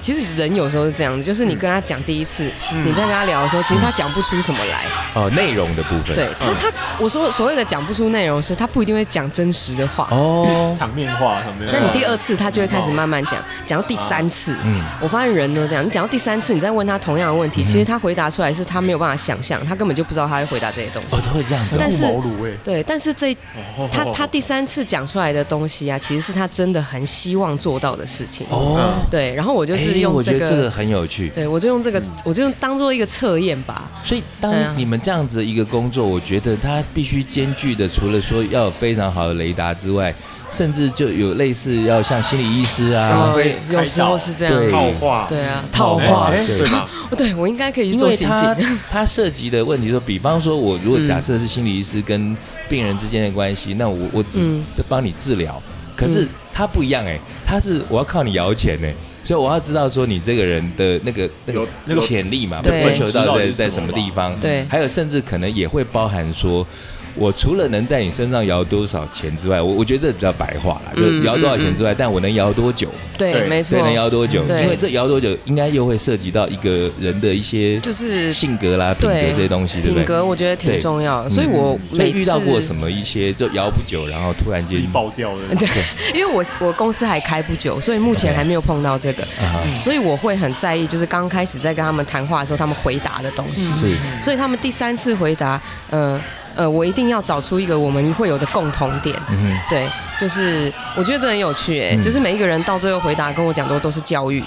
Speaker 4: 其实人有时候是这样子，就是你跟他讲第一次，
Speaker 3: 嗯
Speaker 4: 你在跟他聊的时候，其实他讲不出什么来。
Speaker 3: 哦，内容的部分，
Speaker 4: 对他，他我说所谓的讲不出内容，是他不一定会讲真实的话。
Speaker 3: 哦，
Speaker 2: *laughs* 场面化场面
Speaker 4: 那
Speaker 2: 化。
Speaker 4: 你第二次他就会开始慢慢讲，讲到第三次，
Speaker 3: 嗯
Speaker 4: 我发现人都这样。你讲到第三次，你再问他同样的问题，其实他回答出来是他没有办法想象，他根本就不知道他会回答这些东西
Speaker 3: 哦，。都会这样子哦，
Speaker 4: 但是
Speaker 2: 不毛炉哎，
Speaker 4: 对，但是这
Speaker 1: 哦
Speaker 4: 他他第三次讲出来的东西啊，其实是他真的很希望做到的事情。
Speaker 3: 哦。
Speaker 4: 对，然后我就
Speaker 3: 哎
Speaker 4: 是用
Speaker 3: 我觉
Speaker 4: 这
Speaker 3: 得这个
Speaker 4: 个，
Speaker 3: 很有趣。
Speaker 4: 对我就用这个，我就用当做一个测验吧。
Speaker 3: 所以，
Speaker 4: 对啊
Speaker 3: 当你们这样子一个工作，我觉得它必须兼具的，除了说要有非常好的雷达之外，甚至就有类似要像心理医师啊，
Speaker 4: 哦，有时候是这
Speaker 3: 对
Speaker 4: 样。
Speaker 1: 套话，
Speaker 4: 对啊，
Speaker 3: 套
Speaker 4: 套
Speaker 3: 话
Speaker 4: 话，
Speaker 2: 哎
Speaker 1: 对
Speaker 3: 对
Speaker 1: 吧？
Speaker 4: 对我应该可以去
Speaker 3: 因
Speaker 4: 做
Speaker 3: 为
Speaker 4: 刑
Speaker 3: 它 *laughs*
Speaker 4: 警。
Speaker 3: 它涉及的问题说，比方说，我如果
Speaker 4: 嗯
Speaker 3: 假设是心理医师跟病人之间的关系，那我我只
Speaker 4: 嗯
Speaker 3: 帮你治疗，可是
Speaker 4: 嗯
Speaker 3: 欸它不一样哎、它是我要靠你摇钱哎、所以我要知道说你这个人的那个那
Speaker 2: 有那
Speaker 3: 个
Speaker 2: 个
Speaker 3: 潜力嘛，
Speaker 4: 对
Speaker 3: 追求到
Speaker 2: 对
Speaker 3: 底在在什么地方？
Speaker 4: 对
Speaker 3: 还有甚至可能也会包含说。我除了能在你身上摇多少钱之外，我我觉得这比较白话啦，就是
Speaker 4: 嗯
Speaker 3: 摇多少
Speaker 4: 嗯
Speaker 3: 钱之外，但我能摇多久？
Speaker 4: 对，
Speaker 1: 对
Speaker 4: 没错
Speaker 3: 对，，能摇多久？
Speaker 4: 对
Speaker 3: 因为这摇多久，应该又会涉及到一个人的一些
Speaker 4: 就是
Speaker 3: 性格啦、品格
Speaker 4: 对
Speaker 3: 这些东西，对不
Speaker 4: 品
Speaker 3: 对？
Speaker 4: 格，我觉得挺
Speaker 3: 对嗯
Speaker 4: 重要的。所以我
Speaker 3: 所
Speaker 4: 每
Speaker 3: 以
Speaker 4: 次
Speaker 3: 遇到过什么一些就摇不久，然后突然
Speaker 2: 自
Speaker 3: 间
Speaker 2: 己爆掉
Speaker 4: *laughs*
Speaker 2: 的，
Speaker 4: 对，因为我我公司还开不久，所以目前
Speaker 3: OK
Speaker 4: 还没有碰到这个
Speaker 3: 哈
Speaker 4: 所以我会很在意，就是刚开始在跟他们谈话的时候，他们回答的东西。
Speaker 3: 是
Speaker 4: 所以他们第三次回答，呃呃，我一定要找出一个我们会有的共同点。
Speaker 3: 嗯
Speaker 4: 对，就是我觉得这很有趣、哎、
Speaker 3: 嗯
Speaker 4: 就是每一个人到最后回答跟我讲的都是教育，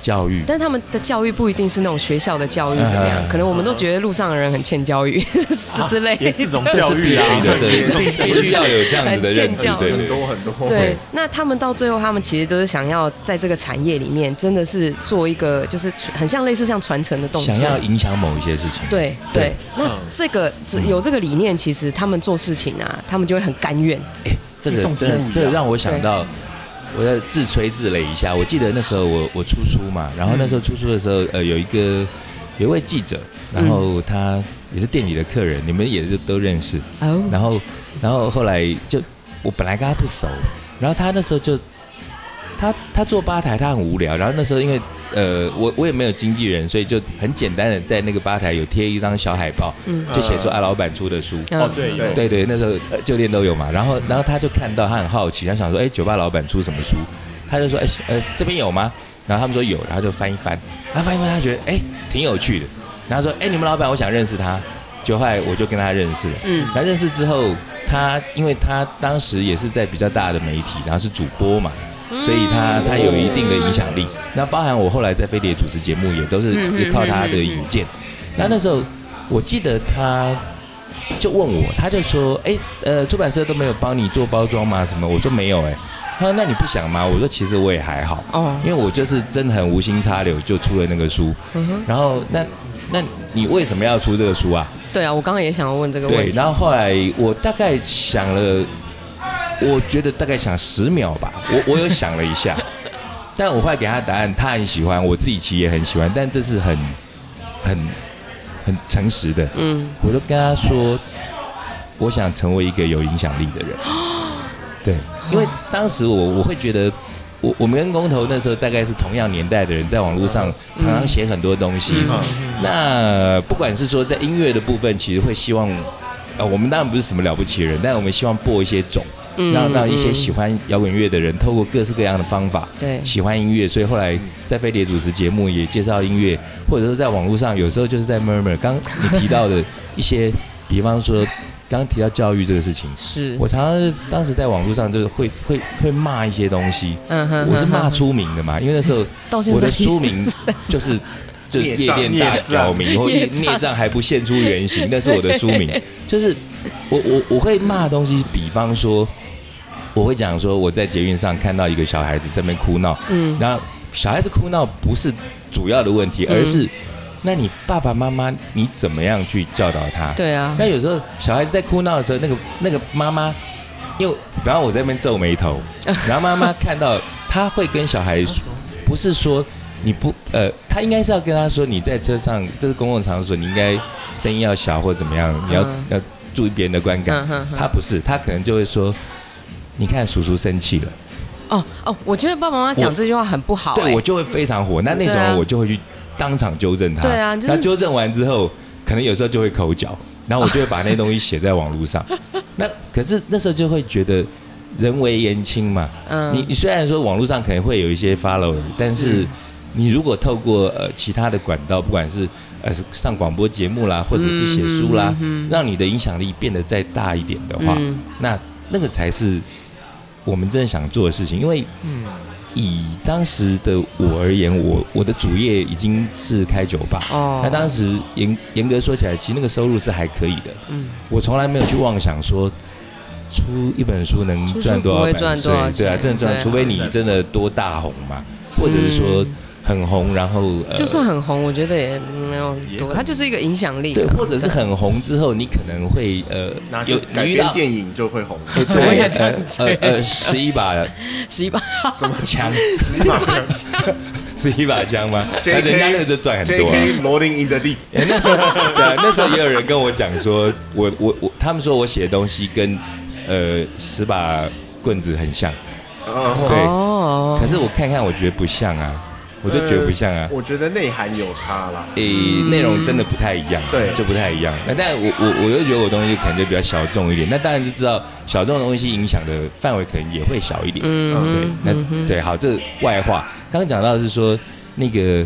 Speaker 3: 教育
Speaker 4: 但他们的教育不一定是那种学校的教育怎么样，
Speaker 3: 嗯
Speaker 4: 可能我们都觉得路上的人很欠教育 *laughs* 是之类
Speaker 2: 啊
Speaker 4: 的。
Speaker 2: 也是种
Speaker 3: 这
Speaker 2: 教
Speaker 3: 是
Speaker 2: 育
Speaker 3: 必
Speaker 2: 啊
Speaker 3: 须的，，
Speaker 2: *laughs*
Speaker 3: 这
Speaker 2: 也是
Speaker 3: 必
Speaker 2: 种教
Speaker 3: 须
Speaker 2: 育
Speaker 3: 必须要有这样子的认知，对
Speaker 1: 很
Speaker 3: 对
Speaker 1: 多很多。
Speaker 4: 对
Speaker 3: 对，
Speaker 4: 那他们到最后，他们其实都是想要在这个产业里面，真的是做一个，就是很像类似像传承的动
Speaker 3: 对，
Speaker 4: 作
Speaker 3: 想。要影响某一些事情，
Speaker 4: 对对，那
Speaker 2: 嗯
Speaker 4: 这个只有这个理念，其实他们做事情啊，他们就会很甘愿。
Speaker 3: 这个
Speaker 2: 动
Speaker 3: 这
Speaker 2: 机不一
Speaker 3: 个
Speaker 2: 样
Speaker 3: 这个让我想到，我要自吹自擂一下。我记得那时候我我出书嘛，然后那
Speaker 4: 嗯
Speaker 3: 时候出书的时候，呃，有一个有一位记者，然后
Speaker 4: 嗯
Speaker 3: 他也是店里的客人，你们也是都认识。
Speaker 4: 哦，
Speaker 3: 然后然后后来就我本来跟他不熟，然后他那时候就他他做吧台，他很无聊。然后那时候因为呃我我也没有经纪人，所以就很简单的在那个吧台有贴一张小海报，
Speaker 4: 嗯
Speaker 3: 就写说啊老板出的书。
Speaker 2: 哦对
Speaker 1: 对
Speaker 3: 对对，那时候呃酒店都有嘛，然后然后他就看到，他很好奇，他想说，哎，酒吧老板出什么书？他就说，哎呃这边有吗？然后他们说有，然后就翻一翻，然后翻一翻，他觉得哎挺有趣的，然后说，哎你们老板我想认识他，就后来我就跟他认识了，
Speaker 4: 嗯
Speaker 3: 然后认识之后，他因为他当时也是在比较大的媒体，然后是主播嘛。
Speaker 4: 嗯
Speaker 3: 所以他他有一定的影响力，那包含我后来在飞碟主持节目也都是
Speaker 4: 嗯嗯嗯
Speaker 3: 也靠他的引荐。那那时候我记得他就问我，他就说：“哎、呃，出版社都没有帮你做包装吗？什么？”我说：“没有。”哎，他说：“那你不想吗？”我说：“其实我也还好，
Speaker 4: 哦，
Speaker 3: 因为我就是真的很无心插柳就出了那个书。
Speaker 4: 嗯哼，
Speaker 3: 然后那那你为什么要出这个书啊？
Speaker 4: 对啊，我刚刚也想要问这个问
Speaker 3: 对，
Speaker 4: 题。
Speaker 3: 然后后来我大概想了，我觉得大概想十秒吧，我我有想了一下，但我后来给他答案，他很喜欢，我自己其实也很喜欢，但这是很很很诚实的，
Speaker 4: 嗯，
Speaker 3: 我就跟他说，我想成为一个有影响力的
Speaker 4: *gasps*
Speaker 3: 人。对，因为当时我我会觉得，我我们跟工头那时候大概是同样年代的人，在网络上
Speaker 4: 嗯
Speaker 3: 常常写很多东西。
Speaker 1: 嗯
Speaker 3: 那不管是说在音乐的部分，其实会希望，呃，我们当然不是什么了不起的人，但我们希望播一些种，
Speaker 4: 嗯
Speaker 3: 让让一些
Speaker 4: 嗯
Speaker 3: 喜欢摇滚乐的人，透过各式各样的方法，
Speaker 4: 对
Speaker 3: 喜欢音乐，所以后来在飞碟主持节目也介绍音乐，或者说在网络上，有时候就是在 murmur。刚你提到的一些，比方说刚刚提到教育这个事情，
Speaker 4: 是，
Speaker 3: 我常常是当时在网络上就是会会会骂一些东西，
Speaker 4: 嗯哼
Speaker 3: 我是骂
Speaker 4: 哼
Speaker 3: 出名的嘛，因为那
Speaker 4: *laughs*
Speaker 3: 时候
Speaker 4: 到现在
Speaker 3: 我的书名就是。 *laughs* 就
Speaker 1: 孽
Speaker 3: 是夜
Speaker 1: 障
Speaker 3: 店大
Speaker 2: 孽障
Speaker 3: 刁民，或孽
Speaker 4: 孽障
Speaker 3: 孽障还不现出原形，那是我的书
Speaker 4: *laughs*
Speaker 3: 名。就是我我我会骂的东西，比方说，我会讲说我在捷运上看到一个小孩子在那边哭闹，
Speaker 4: *laughs* 嗯
Speaker 3: 那小孩子哭闹不是主要的问题，
Speaker 4: 嗯
Speaker 3: 而是那你爸爸妈妈你怎么样去教导他？
Speaker 4: 对啊，
Speaker 3: 那有时候小孩子在哭闹的时候，那个那个妈妈，因为比方我在那边皱眉
Speaker 4: *laughs*
Speaker 3: 头，然后妈妈看到，她会跟小孩说，不是说你不呃，她应该是要跟他说，你在车上这是公共场所，你应该声音要小或怎么样，你要、
Speaker 4: 嗯
Speaker 3: 要注意别人的观感。
Speaker 4: 嗯哼哼
Speaker 3: 她不是，她可能就会说，你看叔叔生气了。
Speaker 4: 哦哦，我觉得爸爸妈妈讲这句话很不好、哎
Speaker 3: 对我就会非常火。那那种
Speaker 4: 对啊
Speaker 3: 人我就会去当场纠正他。
Speaker 4: 对啊就是
Speaker 3: 那纠正完之后，可能有时候就会口
Speaker 4: *laughs*
Speaker 3: 角，然后我就会把那东西写在网络上。那可是那时候就会觉得人为言轻嘛。
Speaker 4: 嗯
Speaker 3: 你你虽然说网络上可能会有一些 follow，但是你如果透过呃其他的管道，不管是呃上广播节目啦，或者是写书啦，
Speaker 4: 嗯嗯嗯嗯
Speaker 3: 让你的影响力变得再大一点的话，
Speaker 4: 嗯
Speaker 3: 那那个才是我们真的想做的事情，因为。
Speaker 2: 嗯，
Speaker 3: 以当时的我而言，我我的主业已经是开酒吧。
Speaker 4: 哦
Speaker 3: 那当时严严格说起来，其实那个收入是还可以的。
Speaker 4: 嗯
Speaker 3: 我从来没有去妄想说出一本书能
Speaker 4: 出书
Speaker 3: 赚多少
Speaker 4: 不会
Speaker 3: 版
Speaker 4: 赚
Speaker 3: 税，
Speaker 4: 多少
Speaker 3: 对啊，
Speaker 4: 钱
Speaker 3: 真的赚，
Speaker 4: 对
Speaker 3: 除非你真的多大红嘛，或者是说
Speaker 4: 嗯
Speaker 3: 很红，然后、呃、
Speaker 4: 就算很红，我觉得也没有多，它就是一个影响力
Speaker 3: 对，
Speaker 4: 啊。
Speaker 3: 或者是很红之后，你可能会呃
Speaker 1: 拿
Speaker 3: 有
Speaker 1: 去改
Speaker 3: 你遇
Speaker 1: 编
Speaker 3: 到。
Speaker 1: 电影就
Speaker 3: *laughs*
Speaker 1: 会红，
Speaker 3: 呃
Speaker 4: *laughs* 我也
Speaker 3: 对，
Speaker 4: 这样
Speaker 3: 呃呃呃，十一把 *laughs*
Speaker 4: 十一把
Speaker 3: 枪，
Speaker 1: 是吗？
Speaker 3: 是一把枪
Speaker 4: *laughs*
Speaker 3: 吗？那人家那个就赚很多、啊。
Speaker 1: J.K. Rolling in the
Speaker 3: *laughs*
Speaker 1: deep，
Speaker 3: 哎那时候，对啊，那时候也有人跟我讲说，我我我，他们说我写的东西跟呃十把棍子很像，
Speaker 1: 哦
Speaker 3: 对
Speaker 4: 哦
Speaker 3: 可是我看看我觉得不像啊，我就觉得不像啊
Speaker 1: 呃。我觉得内涵有差
Speaker 3: *laughs*
Speaker 1: 啦。
Speaker 4: 呃
Speaker 3: 诶，内容真的不太一样，
Speaker 1: 对
Speaker 3: 就不太一样。那但我我我又觉得我东西可能就比较小众一点，那当然是知道小众的东西影响的范围可能也会小一点。啊对
Speaker 4: 嗯，，
Speaker 3: 那、
Speaker 4: 嗯哼
Speaker 3: 对，好，这外话。刚刚讲到的是说那个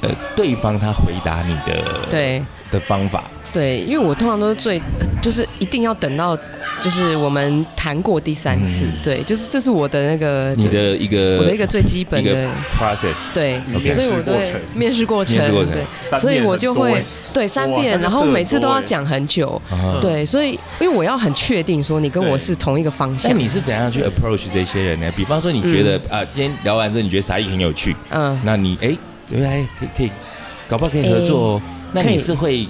Speaker 3: 呃，对方他回答你的
Speaker 4: 对
Speaker 3: 的方法，
Speaker 4: 对，因为我通常都是最，呃就是一定要等到，就是我们谈过第三次，
Speaker 3: 嗯
Speaker 4: 对，就是这是我的那个
Speaker 3: 你的一个
Speaker 4: 我的一个最基本
Speaker 3: 一个
Speaker 4: 的
Speaker 3: process，
Speaker 4: 对
Speaker 1: OK
Speaker 4: 所以我
Speaker 1: 面试过程
Speaker 4: 对
Speaker 3: 面
Speaker 4: 面试过程，
Speaker 3: 试过程
Speaker 4: 对，
Speaker 2: 三
Speaker 4: 所以
Speaker 2: 遍
Speaker 4: 我
Speaker 2: 很
Speaker 4: 就
Speaker 2: 多
Speaker 4: 会
Speaker 2: 欸
Speaker 4: 对三
Speaker 2: 哇
Speaker 4: 遍，
Speaker 2: 三
Speaker 4: 然后
Speaker 2: 遍
Speaker 4: 每
Speaker 2: 很
Speaker 4: 次都
Speaker 2: 多
Speaker 4: 要
Speaker 2: 欸
Speaker 4: 讲很久，
Speaker 3: 啊
Speaker 4: 对，所以因为我要很确定说你跟我
Speaker 2: 对
Speaker 4: 是同一个方向
Speaker 3: 那，你是怎样去 approach 这些人呢？比方说，你觉得啊、今天聊完之后，你觉得沙溢很有趣，
Speaker 4: 嗯，
Speaker 3: 那你哎，原来可以可以，搞不好可以合作哦。那
Speaker 4: 可
Speaker 3: 你
Speaker 4: 以
Speaker 3: 是会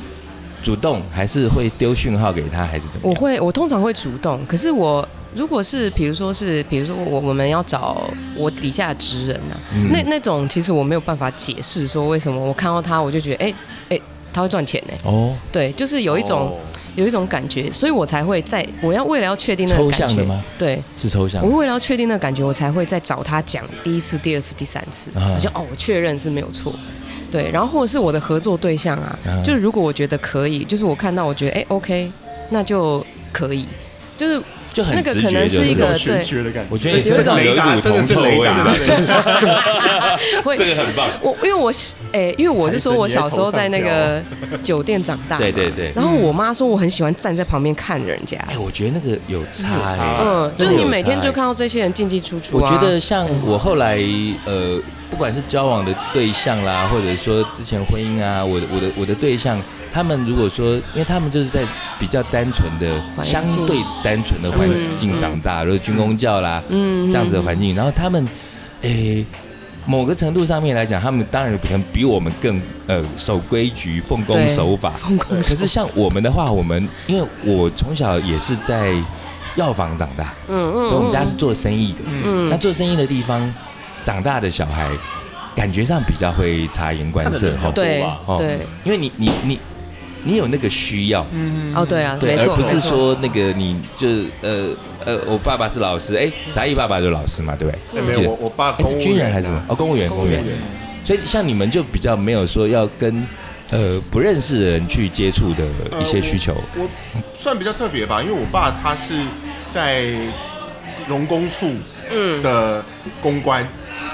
Speaker 3: 主动，还是会丢讯号给他，还是怎么
Speaker 4: 我
Speaker 3: 样？
Speaker 4: 会，我通常会主动，可是我如果是比如说是，比如说我我们要找我底下的职人啊，
Speaker 3: 嗯
Speaker 4: 那那种其实我没有办法解释说为什么我看到他我就觉得，哎、哎、他会赚钱呢、
Speaker 3: 哦，
Speaker 4: 对，就是有一种、
Speaker 1: 哦
Speaker 4: 有一种感觉，所以我才会在我要为了要确定那个
Speaker 3: 抽
Speaker 4: 感
Speaker 3: 象
Speaker 4: 觉
Speaker 3: 的吗？
Speaker 4: 对，
Speaker 3: 是抽象
Speaker 4: 我为了要确定那个感觉，我才会再找他讲第一次、第二次、第三次，
Speaker 3: 啊
Speaker 4: 我就哦，我确认是没有错。对，然后或者是我的合作对象啊，
Speaker 3: 啊
Speaker 4: 就是如果我觉得可以，就是我看到我觉得哎、OK，那就可以，就是
Speaker 3: 就很
Speaker 4: 那个
Speaker 3: 直
Speaker 4: 可
Speaker 3: 觉，
Speaker 4: 能
Speaker 3: 就是
Speaker 4: 一
Speaker 3: 是
Speaker 4: 个
Speaker 2: 有
Speaker 4: 对
Speaker 2: 玄学的感觉。
Speaker 3: 我觉得你
Speaker 4: 所以
Speaker 3: 身上有
Speaker 1: 雷
Speaker 3: 一
Speaker 1: 达
Speaker 3: 股
Speaker 1: 真的
Speaker 3: 铜
Speaker 1: 是
Speaker 3: 臭
Speaker 1: 雷
Speaker 3: 味，啊
Speaker 1: 达，
Speaker 4: 会
Speaker 3: 这个很棒。
Speaker 4: 我因为我哎、因为我是说我小时候在那个
Speaker 2: 财
Speaker 4: 酒店长大，
Speaker 3: 对对。对。
Speaker 4: 然后我妈说我很喜欢站在旁边看人家，
Speaker 3: 哎，我觉得那个有差
Speaker 2: 有差
Speaker 3: 哎，
Speaker 4: 嗯，就
Speaker 3: 真
Speaker 4: 是
Speaker 3: 的
Speaker 4: 你
Speaker 3: 有
Speaker 4: 每天
Speaker 3: 差
Speaker 4: 就
Speaker 3: 哎
Speaker 4: 看到这些人进进出出、
Speaker 3: 我
Speaker 4: 啊。
Speaker 3: 觉得像我后来呃，不管是交往的对象啦，或者说之前婚姻啊，我的我的我的对象，他们如果说，因为他们就是在比较单纯的、
Speaker 4: 环境
Speaker 3: 相对单纯的环境长大，如果军工教啦、
Speaker 4: 嗯，嗯，
Speaker 3: 这样子的环境，然后他们诶。某个程度上面来讲，他们当然可能比我们更呃守规矩、奉公
Speaker 4: 对
Speaker 3: 守法，
Speaker 4: *laughs* 风控
Speaker 3: 可是像我们的话，我们因为我从小也是在药房长大，
Speaker 4: 嗯
Speaker 3: 所
Speaker 4: 嗯
Speaker 3: 以我们家是做生意的。
Speaker 4: 嗯
Speaker 3: 那做生意的地方长大的小孩，感觉上比较会察言观色哈。
Speaker 2: 看得
Speaker 4: 对
Speaker 2: 多吧
Speaker 3: 哦
Speaker 4: 对，
Speaker 3: 因为你你你你有那个需要，
Speaker 2: 嗯
Speaker 4: 哦对啊，
Speaker 3: 对，
Speaker 4: 没
Speaker 3: 而
Speaker 4: 错，
Speaker 3: 不是
Speaker 4: 没错
Speaker 3: 说那个你就呃呃，我爸爸是老师，哎，傻一爸爸就是老师嘛，对不对？
Speaker 1: 哎没有我我爸
Speaker 3: 哎，
Speaker 1: 公务
Speaker 3: 是军人
Speaker 1: 啊
Speaker 3: 还是什么？哦，公务员，公务员
Speaker 4: 公务。
Speaker 3: 所以像你们就比较没有说要跟呃不认识的人去接触的
Speaker 1: 呃
Speaker 3: 一些需求。
Speaker 1: 我我算比较特别吧，因为我爸他是在农工处
Speaker 4: 嗯，
Speaker 1: 的公关，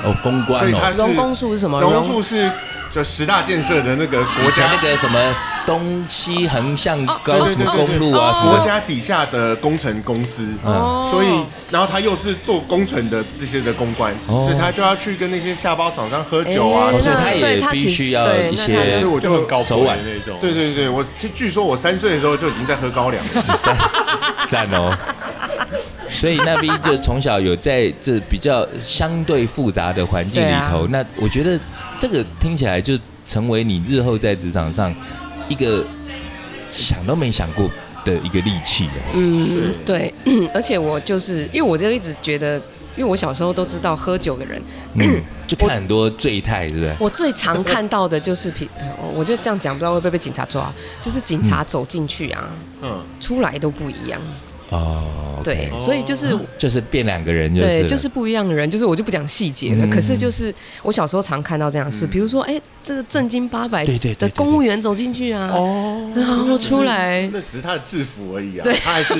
Speaker 3: 哦，公关
Speaker 1: 所以他
Speaker 3: 哦，
Speaker 1: 是
Speaker 4: 荣工处是什么？
Speaker 1: 农工处是就十大建设的那个国
Speaker 3: 以前
Speaker 1: 家
Speaker 3: 那个什么东西横向高
Speaker 1: 哦
Speaker 3: 什
Speaker 1: 对对
Speaker 3: 么
Speaker 1: 对
Speaker 3: 公路啊，
Speaker 4: 对
Speaker 3: 什
Speaker 1: 国
Speaker 3: 么的
Speaker 1: 家底下的工程公司，
Speaker 3: 嗯
Speaker 4: 哦，
Speaker 1: 所以然后他又是做工程的这些的公关，
Speaker 3: 哦
Speaker 1: 所以他就要去跟那些下包厂商喝酒啊
Speaker 4: 哎。
Speaker 3: 所以
Speaker 4: 那
Speaker 3: 他也
Speaker 4: 对他
Speaker 3: 必
Speaker 4: 其实
Speaker 3: 须要
Speaker 4: 对
Speaker 3: 一
Speaker 4: 那
Speaker 3: 些
Speaker 4: 他
Speaker 1: 所以
Speaker 4: 就
Speaker 1: 我
Speaker 2: 就
Speaker 1: 就
Speaker 2: 很高
Speaker 3: 手
Speaker 2: 手
Speaker 3: 腕
Speaker 2: 腕那种。
Speaker 1: 对对对，我据据说我三岁的时候就已经在喝高粱
Speaker 4: *laughs*
Speaker 1: 了。
Speaker 3: 赞赞哦。所以那 V 就从小有在这比较相对复杂的环境里头，那我觉得这个听起来就成为你日后在职场上一个想都没想过的一个利器了。
Speaker 4: 嗯对， *clears throat* 而且我就是因为我就一直觉得，因为我小时候都知道喝酒的人，
Speaker 3: 嗯，就看很多醉态，对不对？
Speaker 4: 我最常看到的就是平， *laughs* 呃我就这样讲，不知道会不会被警察抓，就是警察走进去啊，
Speaker 1: 嗯，
Speaker 4: 出来都不一样，
Speaker 3: 哦，OK
Speaker 4: 对，所以就是
Speaker 3: 就是变两个人，就是
Speaker 4: 对，
Speaker 3: 了
Speaker 4: 就是不一样的人，就是我就不讲细节了。
Speaker 3: 嗯
Speaker 4: 可是就是我小时候常看到这样的事，
Speaker 1: 嗯
Speaker 4: 比如说，哎、这个正经八百
Speaker 3: 对对对对
Speaker 4: 的
Speaker 3: 对
Speaker 4: 公务员走进去啊，
Speaker 2: 哦，
Speaker 4: 然后出来，
Speaker 1: 那只是他的制服而已啊，他还是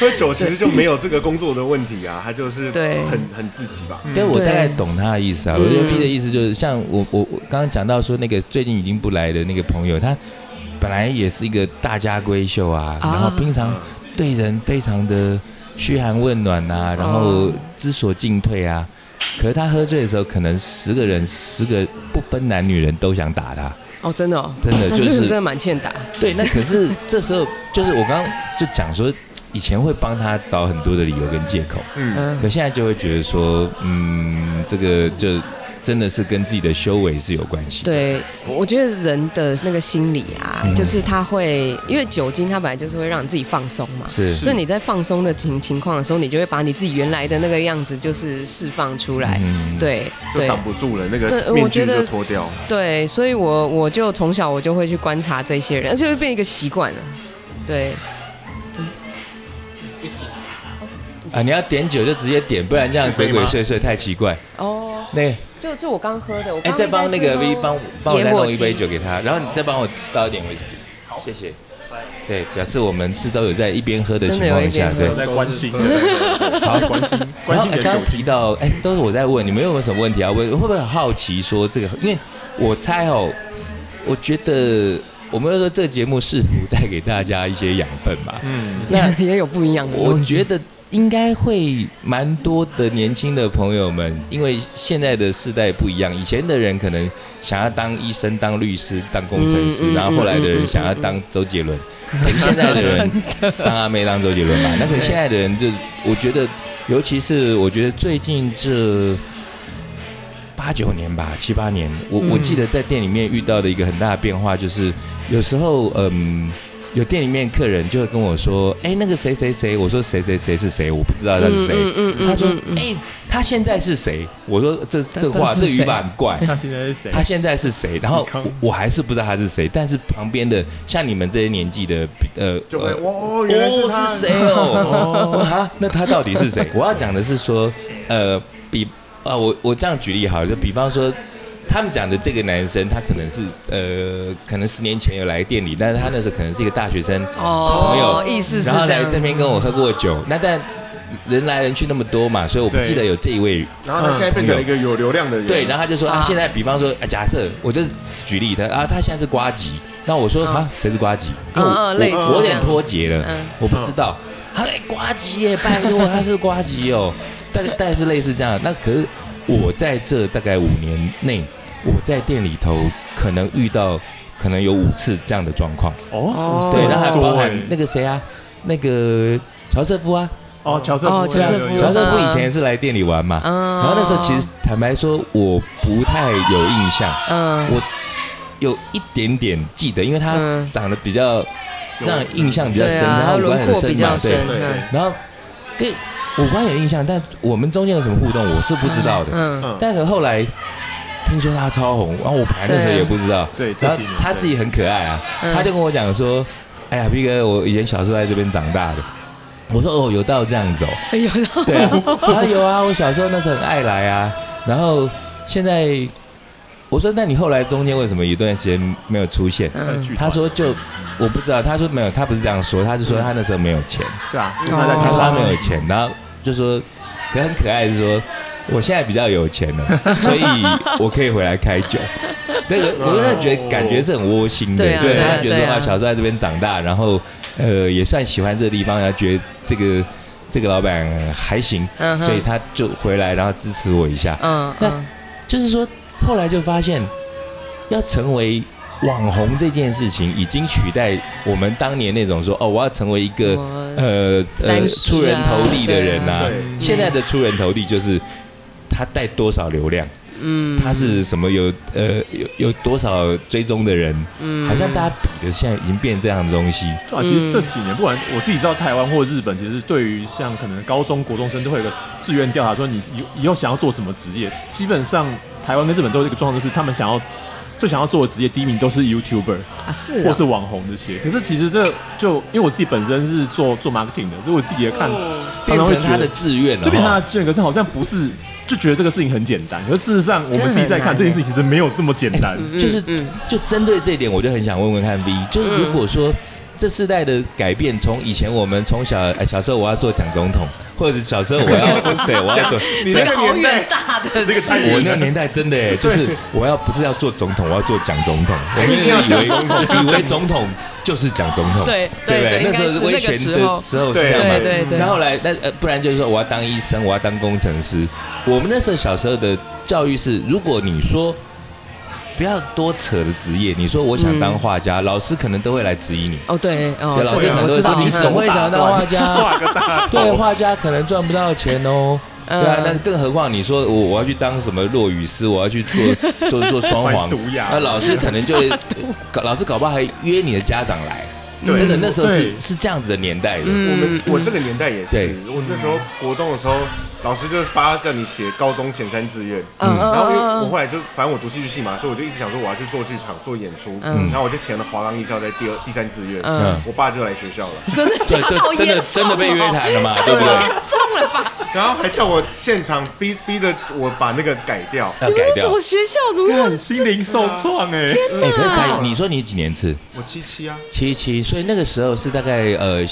Speaker 1: 喝酒，其实就没有这个工作的问题啊，他就是
Speaker 4: 对
Speaker 1: 很很自己
Speaker 2: 嗯
Speaker 1: 吧。
Speaker 3: 对，我
Speaker 4: 对
Speaker 3: 大概懂他的意思啊。我
Speaker 4: 嗯
Speaker 3: 觉得 B 的意思就是，像我我我刚刚讲到说，那个最近已经不来的那个朋友，他本来也是一个大家闺秀啊，
Speaker 4: 啊
Speaker 3: 然后平
Speaker 1: 嗯
Speaker 3: 常对人非常的嘘寒问暖啊，然后
Speaker 4: 哦
Speaker 3: 知所进退啊。可是他喝醉的时候，可能十个人十个不分男女人都想打他，
Speaker 4: 哦，真的、哦，
Speaker 3: 真的
Speaker 4: 那
Speaker 3: 就
Speaker 4: 就是真的蛮欠打，
Speaker 3: 对，那可是这时候就是我刚刚就讲说，以前会帮他找很多的理由跟借口，
Speaker 1: 嗯，
Speaker 4: 嗯，
Speaker 3: 可现在就会觉得说，嗯，这个就真的是跟自己的修为是有关系。，
Speaker 4: 对，我觉得人的那个心理啊，
Speaker 3: 嗯
Speaker 4: 就是他会，因为酒精它本来就是会让你自己放松嘛，
Speaker 3: 是
Speaker 4: 所以你在放松的情情况的时候，你就会把你自己原来的那个样子就是释放出来。
Speaker 3: 嗯，
Speaker 4: 对
Speaker 1: 就
Speaker 4: 对
Speaker 1: 挡不住了，那
Speaker 4: 对
Speaker 1: 个
Speaker 4: 我
Speaker 1: 面具
Speaker 4: 觉得
Speaker 1: 就脱掉。
Speaker 4: 对，所以我我就从小我就会去观察这些人，而且会变一个习惯了。对，
Speaker 3: 啊，你要点酒就直接点，不然这样
Speaker 2: 是
Speaker 3: 鬼
Speaker 2: 杯
Speaker 3: 鬼
Speaker 2: 吗
Speaker 3: 祟祟太奇怪。
Speaker 4: 哦，
Speaker 3: 那个
Speaker 4: 就就我刚喝的，我
Speaker 3: 哎，
Speaker 4: 刚
Speaker 3: 再帮那个 V 帮帮我再
Speaker 4: 野火
Speaker 3: 弄一杯
Speaker 4: 鸡
Speaker 3: 酒给他，然后你再帮我倒一点威士忌，谢谢。对，表示我们是都有在一边喝的
Speaker 4: 真
Speaker 3: 情
Speaker 4: 的有
Speaker 3: 况
Speaker 4: 一
Speaker 3: 下，
Speaker 4: 边
Speaker 3: 对
Speaker 2: 我。在关心，
Speaker 3: 好
Speaker 2: 好关心关
Speaker 3: *laughs* 然后
Speaker 2: 心你
Speaker 3: 哎
Speaker 2: 的
Speaker 3: 刚
Speaker 2: 酒
Speaker 3: 刚提
Speaker 2: 精。
Speaker 3: 到，哎，都是我在问，你们有没有什么问题啊？问会不会很好奇说这个？因为我猜哦，我觉得我们要说这个节目试图带给大家一些养分吧。
Speaker 2: 嗯，
Speaker 3: 那
Speaker 4: *laughs* 也也有不一样的东西。
Speaker 3: 我觉得应该会蛮多的年轻的朋友们，因为现在的世代不一样，以前的人可能想要当医生、当律师、当工程师，
Speaker 4: 嗯嗯嗯
Speaker 3: 然后后来的人想要当周杰伦，可能现在的
Speaker 4: *laughs*
Speaker 3: 人当阿妹、当周杰伦吧。那可能现在的人就，我觉得，尤其是我觉得最近这。八九年吧，七八年，我我
Speaker 4: 嗯
Speaker 3: 记得在店里面遇到的一个很大的变化，就是有时候，嗯，有店里面客人就会跟我说：“哎、那个谁谁谁。”我说：“谁谁谁是谁？我不知道他是谁。
Speaker 4: 嗯
Speaker 3: 他说：“
Speaker 4: 嗯嗯
Speaker 3: 哎、他现在是谁？”我说：“这
Speaker 4: 他
Speaker 3: 这话
Speaker 4: 他
Speaker 3: 这
Speaker 4: 是
Speaker 3: 语
Speaker 4: 谁
Speaker 3: 法很
Speaker 4: *laughs*
Speaker 3: 怪。”
Speaker 2: 他现在是谁？
Speaker 3: 他现在是谁？然后
Speaker 2: 你看
Speaker 3: 我我还是不知道他是谁，但是旁边的像你们这些年纪的，比呃，
Speaker 1: *laughs* 就会
Speaker 3: 呃
Speaker 1: 哦，原来
Speaker 3: 哦
Speaker 1: 他
Speaker 3: 是谁哦？我哈，那他到底是谁？我要讲的是说，呃，比啊，我我这样举例好了，就比方说。他们讲的这个男生，他可能是呃，可能十年前有来店里，但是他那时候可能是一个大学生，小朋
Speaker 4: 哦，
Speaker 3: 友
Speaker 4: 意思是
Speaker 3: 然后
Speaker 4: 这
Speaker 3: 来
Speaker 4: 样
Speaker 3: 这
Speaker 4: 子。
Speaker 3: 边跟我喝过酒。那但人来人去那么多嘛，所以我不
Speaker 2: 对
Speaker 3: 记得有这一位
Speaker 1: 然后他现在变成了一个有流量的人，
Speaker 3: 对，然
Speaker 1: 后
Speaker 3: 后他就说啊，
Speaker 4: 啊
Speaker 3: 现在比方说，啊、假设我就是举例他啊，他现在是瓜吉，那我说
Speaker 4: 嗯
Speaker 3: 啊，谁是瓜吉？因为
Speaker 4: 嗯
Speaker 3: 我
Speaker 4: 嗯类似
Speaker 3: 我我有
Speaker 4: 这
Speaker 3: 点
Speaker 4: 样
Speaker 3: 脱节了
Speaker 4: 嗯，
Speaker 3: 我不知道。他说哎，瓜吉
Speaker 4: *laughs*
Speaker 3: 耶，拜托，他是瓜吉哦，大概大概是类似这样。那可是我在这大概五年内，我在店里头可能遇到可能有五次这样的状况，
Speaker 4: 哦
Speaker 3: 对，
Speaker 4: 是
Speaker 3: 那还包含那
Speaker 2: 那
Speaker 3: 个谁啊，那个乔瑟夫啊，
Speaker 2: 哦，乔瑟夫，
Speaker 4: 哦乔瑟夫啊
Speaker 2: 有有有
Speaker 3: 乔瑟夫以前也是来店里玩嘛。
Speaker 4: 嗯
Speaker 3: 然后那时候其实坦白说，我不太有印象。
Speaker 4: 嗯
Speaker 3: 有一点点记得，因为他
Speaker 4: 嗯
Speaker 3: 长得比较让人印象比较
Speaker 4: 对
Speaker 3: 深，
Speaker 4: 啊，
Speaker 3: 然
Speaker 4: 他
Speaker 3: 后五官
Speaker 4: 轮
Speaker 3: 很
Speaker 4: 廓
Speaker 3: 深
Speaker 4: 比
Speaker 3: 嘛
Speaker 4: 较，
Speaker 3: 对
Speaker 4: 深。，
Speaker 2: 对对
Speaker 4: 嗯
Speaker 3: 然后对五官有印象，但我们中间有什么互动，我是不知道的。
Speaker 4: 嗯
Speaker 3: 但是后来听说他超红，哦然后我本来那时候也不知道，
Speaker 2: 对，
Speaker 3: 然
Speaker 2: 这
Speaker 3: 后
Speaker 2: 几年
Speaker 3: 他自己很可爱啊，
Speaker 4: 嗯
Speaker 3: 他就跟我讲说：“哎呀，B 哥，我以前小时候在这边长大的。”我说：“哦，有到这样子哦。”
Speaker 4: 哎呦， *laughs*
Speaker 3: 对啊，他有 *laughs* 啊，我小时候那时候很爱来啊，然后现在我说，那你后来中间为什么一段时间没有出现？
Speaker 2: 对在
Speaker 4: 嗯
Speaker 2: 剧团
Speaker 3: 他说就我不知道，他说没有，他不是这样说，他是说他那时候没有钱，
Speaker 2: 对啊，
Speaker 4: 哦
Speaker 2: 他在
Speaker 3: 他说他
Speaker 2: 他
Speaker 3: 没有钱，然后就说，可很可爱的说。我现在比较有钱
Speaker 4: *laughs*
Speaker 3: 了，所以我可以回来开酒。那个我真的觉得感觉是很窝心的，
Speaker 4: 对啊
Speaker 2: 对啊
Speaker 3: 他觉得
Speaker 4: 对
Speaker 3: 说
Speaker 4: 啊
Speaker 3: 啊，小时候在这边长大，然后呃也算喜欢这个地方，然后觉得这个这个老板还行，
Speaker 4: 嗯哼
Speaker 3: 所以他就回来，然后支持我一下。
Speaker 4: 嗯
Speaker 3: 那
Speaker 4: 嗯
Speaker 3: 就是说，后来就发现，要成为网红这件事情，已经取代我们当年那种说哦，我要成为一
Speaker 4: 什
Speaker 3: 个
Speaker 4: 么
Speaker 3: 呃呃
Speaker 4: 三十啊
Speaker 3: 出人头地的人呐、
Speaker 1: 对
Speaker 3: 现在的出人头地就是他带多少流量，
Speaker 4: 嗯
Speaker 3: 他是什么有呃有有多少追踪的人，
Speaker 4: 嗯
Speaker 3: 好像大家比的现在已经变这样的东西。
Speaker 2: 对啊，其实这几年，不管我自己知道台湾或日本，其实对于像可能高中国中生都会有个志愿调查，说你以以后想要做什么职业。基本上台湾跟日本都有一个状况，就是他们想要最想要做的职业，第一名都是 YouTuber
Speaker 4: 啊是
Speaker 2: 或
Speaker 4: 啊
Speaker 2: 是网红这些。可是其实这就因为我自己本身是做做 marketing 的，所以我自己也看，
Speaker 4: 哦
Speaker 2: 常
Speaker 3: 变
Speaker 2: 常会
Speaker 3: 成
Speaker 2: 觉
Speaker 3: 他的
Speaker 2: 得
Speaker 3: 志愿了
Speaker 2: 就变成他
Speaker 3: 哈，
Speaker 2: 的志愿，可是好像不是。就觉得这个事情很简单，可是事实上我
Speaker 4: 真的
Speaker 2: 们自己在
Speaker 4: 很难
Speaker 2: 看这件事情，其实没有这么简单。
Speaker 4: 嗯
Speaker 3: 就是
Speaker 4: 嗯
Speaker 3: 就针对这一点，我就很想问问看 V，就是如果说这世代的改变，从以前我们从小、哎小时候我要做蒋总统，或者是小时候我要对我
Speaker 4: *laughs*
Speaker 3: 要做。
Speaker 1: 你
Speaker 4: 这
Speaker 1: 那
Speaker 4: 个
Speaker 1: 个
Speaker 4: 好
Speaker 1: 年代
Speaker 4: 远大的
Speaker 2: 个太
Speaker 4: 事
Speaker 3: 我那个年代真的
Speaker 4: *laughs*
Speaker 3: 哎，就是我要不是要做总统，我要做蒋总统。我们
Speaker 1: 一定要
Speaker 3: 以为以为总
Speaker 4: *laughs*
Speaker 3: 统就是蒋总统，
Speaker 4: 对
Speaker 3: 对不
Speaker 4: 对，
Speaker 3: 那
Speaker 4: 应
Speaker 3: 时
Speaker 4: 该
Speaker 3: 候
Speaker 4: 是
Speaker 3: 威
Speaker 4: 那
Speaker 3: 权
Speaker 4: 个
Speaker 3: 的
Speaker 4: 时候，
Speaker 3: 时候是这样嘛
Speaker 4: 对。对对，啊
Speaker 3: 然后后来那呃，不然就是说我要当医生，我要当工程师。我们那时候小时候的教育是，如果你说不要多扯的职业，你说我想当画家，老师可能都会来质疑你。
Speaker 4: 哦对哦
Speaker 3: 对，，啊老
Speaker 4: 这
Speaker 3: 师
Speaker 4: 个
Speaker 3: 很
Speaker 4: 我
Speaker 3: 多人
Speaker 4: 知道
Speaker 3: 说你
Speaker 4: 嗯
Speaker 3: 怎么会想当画
Speaker 2: 画
Speaker 3: 家？
Speaker 2: 个大
Speaker 3: 对，画家可能赚不到钱哦。
Speaker 4: 嗯
Speaker 3: 对啊，那更何况你说我我要去当什么落语师，我要去做 *laughs* 做做双簧
Speaker 2: 换毒牙，
Speaker 3: 那老师可能
Speaker 2: *laughs*
Speaker 3: 就会搞老师搞不好还约你的家长来，
Speaker 2: 对
Speaker 3: 真的那时候
Speaker 2: 对
Speaker 3: 是是这样子的年代的，
Speaker 1: 我们
Speaker 4: 嗯，
Speaker 1: 我这个年代也
Speaker 3: 对
Speaker 1: 是，我那时候国中的时候，老师就是发叫你写高中前三志愿，
Speaker 4: 嗯嗯
Speaker 1: 然后因为
Speaker 4: 嗯
Speaker 1: 我后来就反正我读戏剧系嘛，所以我就一直想说我要去做剧场做演出，
Speaker 4: 嗯
Speaker 1: 然后我就填了华冈艺校在第二第三志愿
Speaker 4: 嗯，
Speaker 1: 我爸就来学校了，
Speaker 4: 真的
Speaker 3: 对，
Speaker 4: 假的好
Speaker 3: 就 *laughs* 真
Speaker 4: 严
Speaker 3: 的
Speaker 4: 重
Speaker 3: *laughs* 真的被约
Speaker 4: 哦 *laughs*
Speaker 3: 谈了嘛，
Speaker 4: 太
Speaker 1: 啊
Speaker 3: 对不对？
Speaker 4: 严重了吧？
Speaker 1: 然后还叫我现场逼逼着我把那个改掉，
Speaker 3: 要
Speaker 4: 你们
Speaker 3: *laughs* 改
Speaker 4: 是
Speaker 3: 掉
Speaker 4: 什么。学校？怎么那么
Speaker 2: 干心灵受创哎，
Speaker 3: 哎，可是才
Speaker 1: 啊
Speaker 3: 你说你几年次？
Speaker 1: 我七七啊，
Speaker 3: 七七，所以那个时候是大概呃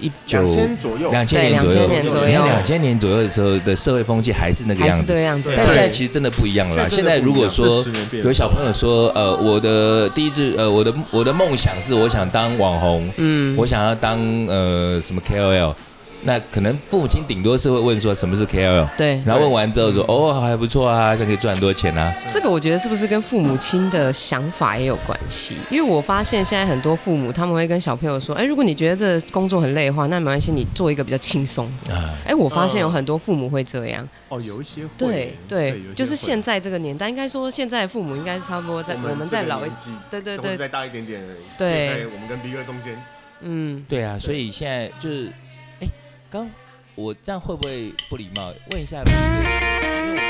Speaker 3: 一九
Speaker 1: 2000左右
Speaker 3: 两千
Speaker 4: 对
Speaker 3: 年左右，哎
Speaker 1: 2000年左
Speaker 4: 右
Speaker 3: 两千年左右的时候的社会风气还是那个
Speaker 4: 还
Speaker 3: 样
Speaker 4: 是
Speaker 3: 子
Speaker 4: 这个。样子？
Speaker 3: 但现在
Speaker 1: 对
Speaker 3: 其实真的不一样了。
Speaker 1: 现
Speaker 3: 现
Speaker 1: 在
Speaker 3: 在
Speaker 1: 真的
Speaker 3: 如
Speaker 1: 不一样
Speaker 3: 果说
Speaker 2: 这十年变了
Speaker 3: 有小朋友说，呃，我的第一志，呃，我的我的梦想是我想当网红，
Speaker 4: 嗯
Speaker 3: 我想要当呃什么 KOL，那可能父母亲顶多是会问说什么是 KOL，
Speaker 4: 对，
Speaker 3: 然后问完之后说，哦，还不错啊，这样可以赚很多钱啊。
Speaker 4: 这个我觉得是不是跟父母亲的想法也有关系？因为我发现现在很多父母他们会跟小朋友说：“哎，如果你觉得这工作很累的话，那没关系，你做一个比较轻 *laughs* 松的。”哎，我发现有很多父母会这样。
Speaker 2: 哦，有一些会
Speaker 4: 对对，就是现
Speaker 2: 现
Speaker 4: 在这个年代，应该说现在的父母应该是差不多在我们再老一
Speaker 1: 点，
Speaker 4: 对对
Speaker 1: 总是
Speaker 4: 对
Speaker 1: 再大一点点而已，
Speaker 4: 对
Speaker 1: 就在我们跟 B 哥中间，
Speaker 4: 嗯，
Speaker 3: 对啊，所以现在就是，哎，刚我这样会不会不礼貌？问一下，因为我